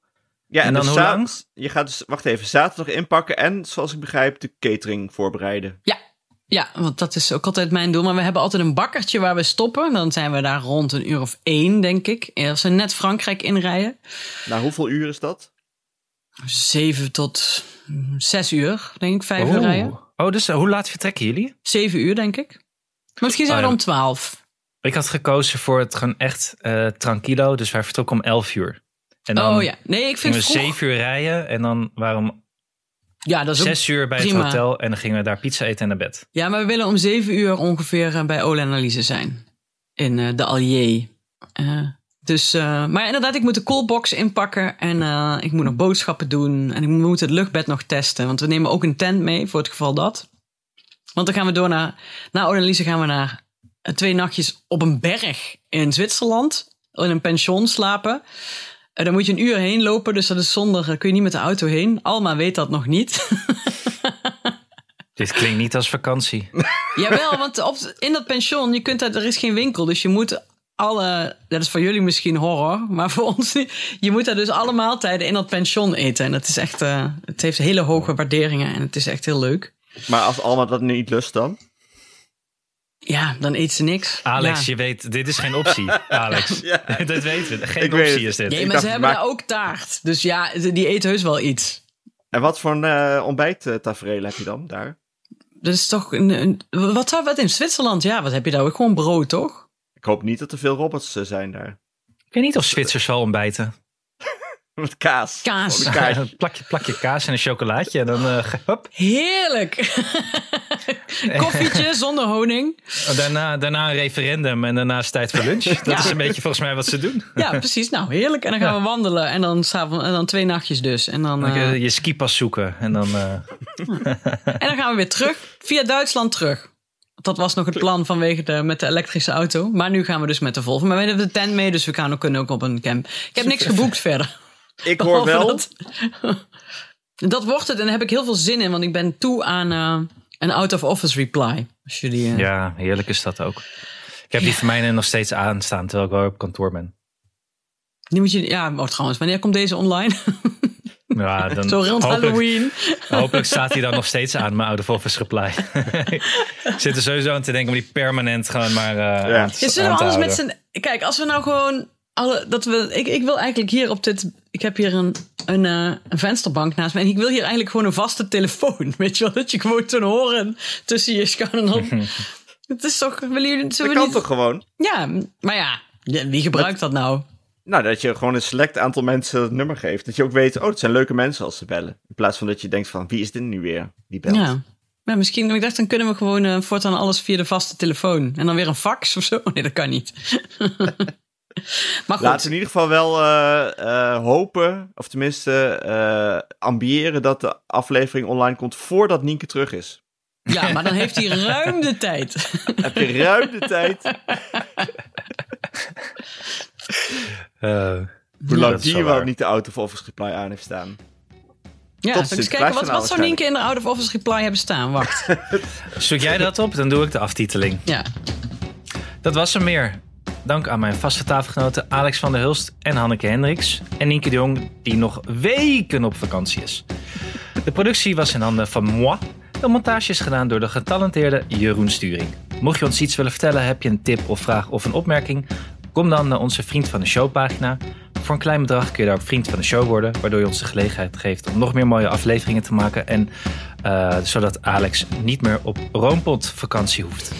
Speaker 3: Ja,
Speaker 2: En dan
Speaker 3: dus
Speaker 2: hoe
Speaker 3: za-
Speaker 2: lang?
Speaker 3: Je gaat dus, wacht even, zaterdag inpakken en, zoals ik begrijp, de catering voorbereiden.
Speaker 1: Ja, want dat is ook altijd mijn doel. Maar we hebben altijd een bakkertje waar we stoppen. Dan zijn we daar rond een uur of één, denk ik. En Als we net Frankrijk inrijden.
Speaker 3: Nou, hoeveel uur is dat?
Speaker 1: Zeven tot mm, zes uur, denk ik. Vijf uur rijden.
Speaker 2: Oh. oh, dus eh, hoe laat vertrekken jullie?
Speaker 1: Zeven uur, denk ik. Maar misschien zijn we
Speaker 2: Oh,
Speaker 1: er
Speaker 2: ja.
Speaker 1: om twaalf.
Speaker 2: Ik had gekozen voor het gewoon echt eh, tranquilo. Dus wij vertrokken om 11 uur. En dan
Speaker 1: Oh ja. Nee, ik vind
Speaker 2: gingen we
Speaker 1: vroeg...
Speaker 2: 7 uur rijden. En dan waren we om
Speaker 1: Ja, dat is ook...
Speaker 2: zes uur bij
Speaker 1: prima.
Speaker 2: het hotel en dan gingen we daar pizza eten en naar bed.
Speaker 1: ja, maar we willen om zeven uur ongeveer eh, bij Ole en Alice zijn. In eh, de Allier. Eh, dus, eh, maar inderdaad, ik moet de coolbox inpakken. En eh, ik moet nog boodschappen doen. En ik moet het luchtbed nog testen. Want we nemen ook een tent mee, voor het geval dat. Want dan gaan we door naar... Na Odalise gaan we naar eh, twee nachtjes op een berg in Zwitserland. In een pension slapen. En dan moet je een uur heen lopen. Dus dat is zondag. Daar kun je niet met de auto heen. Alma weet dat nog niet.
Speaker 2: Dit klinkt niet als
Speaker 3: [laughs]
Speaker 2: vakantie.
Speaker 1: Jawel, want op, in dat pension, je kunt daar, er is geen winkel. Dus je moet alle, dat is voor jullie misschien horror, maar voor ons niet. Je moet daar dus alle maaltijden in dat pension eten. En dat is echt, eh, het heeft hele hoge waarderingen en het is echt heel leuk.
Speaker 3: Maar als Alma dat nu niet lust dan?
Speaker 1: Ja, dan eet ze niks.
Speaker 2: Alex,
Speaker 1: ja.
Speaker 2: je weet, dit is geen
Speaker 3: [laughs]
Speaker 2: optie. Alex,
Speaker 3: Ja.
Speaker 2: [laughs] dat weten we. Geen
Speaker 3: Ik weet
Speaker 2: optie
Speaker 3: het.
Speaker 2: is dit.
Speaker 1: Nee,
Speaker 3: Ik
Speaker 1: maar
Speaker 3: dacht,
Speaker 1: ze hebben
Speaker 3: maak-
Speaker 1: daar ook taart. Dus ja, ze- die eet heus wel iets.
Speaker 3: En wat voor een eh, ontbijt ontbijttafereel heb je dan daar?
Speaker 1: Dat is toch een, een- wat zou wat in Zwitserland? Ja, wat heb je daar ook gewoon brood, toch?
Speaker 3: Ik hoop niet dat er veel robots eh, zijn daar.
Speaker 2: Ik weet niet of Zwitsers wel ontbijten.
Speaker 3: Met kaas.
Speaker 1: Kaas.
Speaker 3: Gewoon een kaasje.
Speaker 2: plak, je, plak je kaas en een chocolaatje en dan eh, [laughs] ge- hop.
Speaker 1: Heerlijk. [laughs] Koffietje zonder honing.
Speaker 2: Oh, Daarna, daarna een referendum en daarna is het tijd voor [laughs] lunch. Dat
Speaker 1: Ja.
Speaker 2: is een beetje volgens mij wat ze doen.
Speaker 1: Ja, precies. Nou, heerlijk. En dan gaan we wandelen. En dan, s'avonds, en dan twee nachtjes dus. En dan,
Speaker 2: Dan kun
Speaker 1: eh,
Speaker 2: je je skipas zoeken en dan... eh,
Speaker 1: en dan gaan we weer terug. Via Duitsland terug. Dat was nog het plan vanwege de, met de elektrische auto. Maar nu gaan we dus met de Volvo. Maar we hebben de tent mee, dus we gaan ook, kunnen ook op een camp. Ik heb niks geboekt verder.
Speaker 3: Ik hoor wel.
Speaker 1: Dat, dat wordt het. En daar heb ik heel veel zin in. Want ik ben toe aan eh, een out-of-office reply. Als jullie... eh,
Speaker 2: ja, heerlijk is dat ook. Ik heb die van mij nog steeds aanstaan terwijl ik wel op kantoor ben.
Speaker 1: Die moet je... Ja, oh, trouwens. Wanneer komt deze online? [laughs]
Speaker 2: [laughs] Ja, dan
Speaker 1: Zo rond
Speaker 2: hopelijk-
Speaker 1: Halloween.
Speaker 2: Hopelijk staat hij dan nog steeds aan, mijn oude office reply. [laughs] Ik zit er sowieso aan te denken om die permanent gewoon maar eh
Speaker 3: Ja.
Speaker 2: aan, te-
Speaker 1: Ja, zullen we
Speaker 2: aan te
Speaker 1: anders met
Speaker 2: houden.
Speaker 1: z'n. Kijk, als we nou gewoon. Alle, dat we, ik, ik wil eigenlijk hier op dit. Ik heb hier een, een, eh, een vensterbank naast me. En ik wil hier eigenlijk gewoon een vaste telefoon. [laughs] Weet je wel? Dat je gewoon ten horen tussen je schouder
Speaker 2: [laughs]
Speaker 1: op. Het is toch. Willen jullie.
Speaker 3: Dat
Speaker 1: Zullen we
Speaker 3: kan
Speaker 1: niet,
Speaker 3: toch gewoon?
Speaker 1: Ja, maar ja. ja, Wie gebruikt dat nou?
Speaker 3: Nou, dat je gewoon een select aantal mensen het nummer geeft. Dat je ook weet, oh, het zijn leuke mensen als ze bellen. In plaats van dat je denkt van, wie is dit nu weer die belt?
Speaker 1: Ja. Maar misschien, ik dacht, dan kunnen we gewoon eh, voortaan alles via de vaste telefoon. En dan weer een fax of zo. [laughs] Nee, dat kan niet. maar goed.
Speaker 3: Laten we in ieder geval wel eh, eh, hopen, of tenminste eh, ambiëren dat de aflevering online komt voordat Nienke terug is.
Speaker 1: Ja, maar dan heeft hij ruim de tijd. [laughs]
Speaker 3: Heb je ruim de tijd.
Speaker 2: Eh,
Speaker 3: Hoe
Speaker 2: Ja,
Speaker 3: lang
Speaker 2: dat is
Speaker 3: die
Speaker 2: wel
Speaker 3: wel
Speaker 2: waar.
Speaker 3: niet de out of office reply aan heeft staan.
Speaker 1: Ja,
Speaker 3: Tot
Speaker 1: zal ik eens
Speaker 3: Sinterklaas
Speaker 1: kijken wat,
Speaker 3: journaal
Speaker 1: wat zou Nienke in de Out of Office reply hebben staan.
Speaker 2: [laughs]
Speaker 1: Wacht.
Speaker 2: zoek jij dat op, dan doe ik de aftiteling.
Speaker 1: Ja.
Speaker 2: Dat was hem meer. Dank aan mijn vaste tafelgenoten Alex van der Hulst en Hanneke Hendricks. En Nienke de Jong, die nog weken op vakantie is. De productie was in handen van moi. De montage is gedaan door de getalenteerde Jeroen Sturing. Mocht je ons iets willen vertellen, heb je een tip of vraag of een opmerking? Kom dan naar onze Vriend van de Show pagina. Voor een klein bedrag kun je daar ook Vriend van de Show worden, waardoor je ons de gelegenheid geeft om nog meer mooie afleveringen te maken. En eh, zodat Alex niet meer op Roompot vakantie hoeft.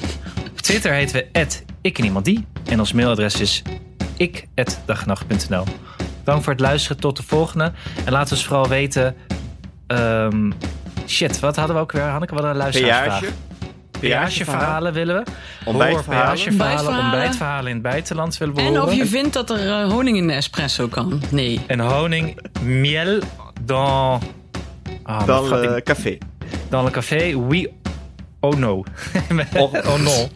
Speaker 2: Op Twitter heten we ik en iemand die. En ons mailadres is ik@dagnacht.nl. Dank voor het luisteren. Tot de volgende. En laat ons vooral weten. ehm, shit, wat hadden we ook weer? Hanneke, wat een luisteraarsvraag.
Speaker 3: Peage.
Speaker 2: Peageverhalen willen we.
Speaker 3: Ontbijtverhalen.
Speaker 2: Peageverhalen,
Speaker 1: Ontbijtverhalen.
Speaker 2: ontbijtverhalen in het buitenland willen we
Speaker 1: En of
Speaker 2: horen.
Speaker 1: je vindt dat er eh, honing in de espresso kan. Nee.
Speaker 2: En honing, miel, dans... Ah, dat
Speaker 3: Dan
Speaker 2: gaat in-
Speaker 3: eh, café.
Speaker 2: dans le café, oui, oh no.
Speaker 3: Oh.
Speaker 2: oh no.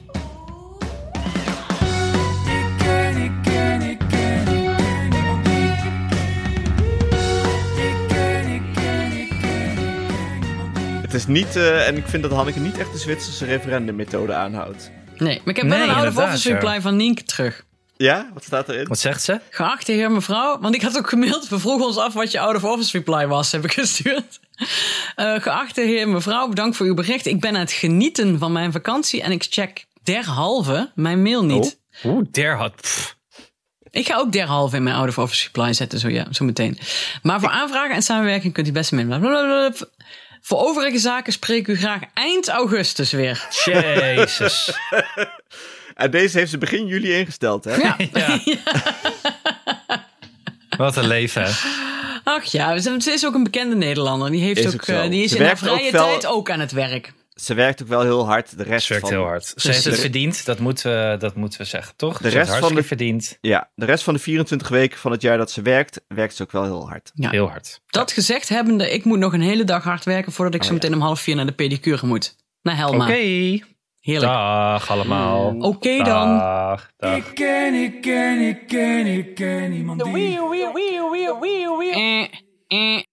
Speaker 3: Het is niet, eh, en ik vind dat Hanneke niet echt de Zwitserse referendummethode aanhoudt.
Speaker 1: Nee. Maar ik heb
Speaker 2: Nee,
Speaker 1: wel een Out of
Speaker 2: inderdaad,
Speaker 1: Office
Speaker 2: ja.
Speaker 1: reply van Nienke terug.
Speaker 3: Ja, wat staat erin?
Speaker 2: Wat zegt ze?
Speaker 1: Geachte heer mevrouw, want ik had ook gemaild. We vroegen ons af wat je out of office reply was, heb ik gestuurd. [laughs] Eh, geachte heer mevrouw, bedankt voor uw bericht. Ik ben aan het genieten van mijn vakantie en ik check derhalve mijn mail niet.
Speaker 2: Oh. Oeh, der had... pff.
Speaker 1: Ik ga ook derhalve in mijn out of office reply zetten, zo, ja, zo meteen. Maar voor aanvragen en samenwerking kunt u best mee. Blablabla. Voor overige zaken spreek ik u graag eind augustus weer.
Speaker 2: Jezus.
Speaker 3: En deze heeft ze begin juli ingesteld, hè?
Speaker 1: Ja.
Speaker 2: Ja. Wat een leven, hè?
Speaker 1: Ach ja, ze ze is ook een bekende Nederlander. Die, heeft
Speaker 3: Is
Speaker 1: ook,
Speaker 3: ook zo.
Speaker 1: eh, die is
Speaker 3: Ze
Speaker 1: in haar
Speaker 3: werkt ook
Speaker 1: vrije
Speaker 3: wel-
Speaker 1: tijd ook aan het werk.
Speaker 3: Ze werkt ook wel heel hard. De rest
Speaker 2: Ze werkt
Speaker 3: van,
Speaker 2: heel hard. Ze heeft het
Speaker 1: Precies.
Speaker 2: verdiend, dat moeten we, dat moeten we zeggen, toch? De
Speaker 3: rest
Speaker 2: rest
Speaker 3: van
Speaker 2: hartstikke
Speaker 3: de-
Speaker 2: verdiend.
Speaker 3: Ja, de rest van de 24 weken van het jaar dat ze werkt, werkt ze ook wel heel hard.
Speaker 1: Ja.
Speaker 2: Heel hard.
Speaker 1: Dat gezegd hebbende, ik moet nog een hele dag hard werken voordat ik zo
Speaker 3: ja.
Speaker 1: meteen om half vier naar de pedicure moet. Naar Helma.
Speaker 2: Oké,
Speaker 1: Heerlijk.
Speaker 2: dag allemaal.
Speaker 1: Oké dan.
Speaker 2: Dag, dag.
Speaker 1: Eh, eh.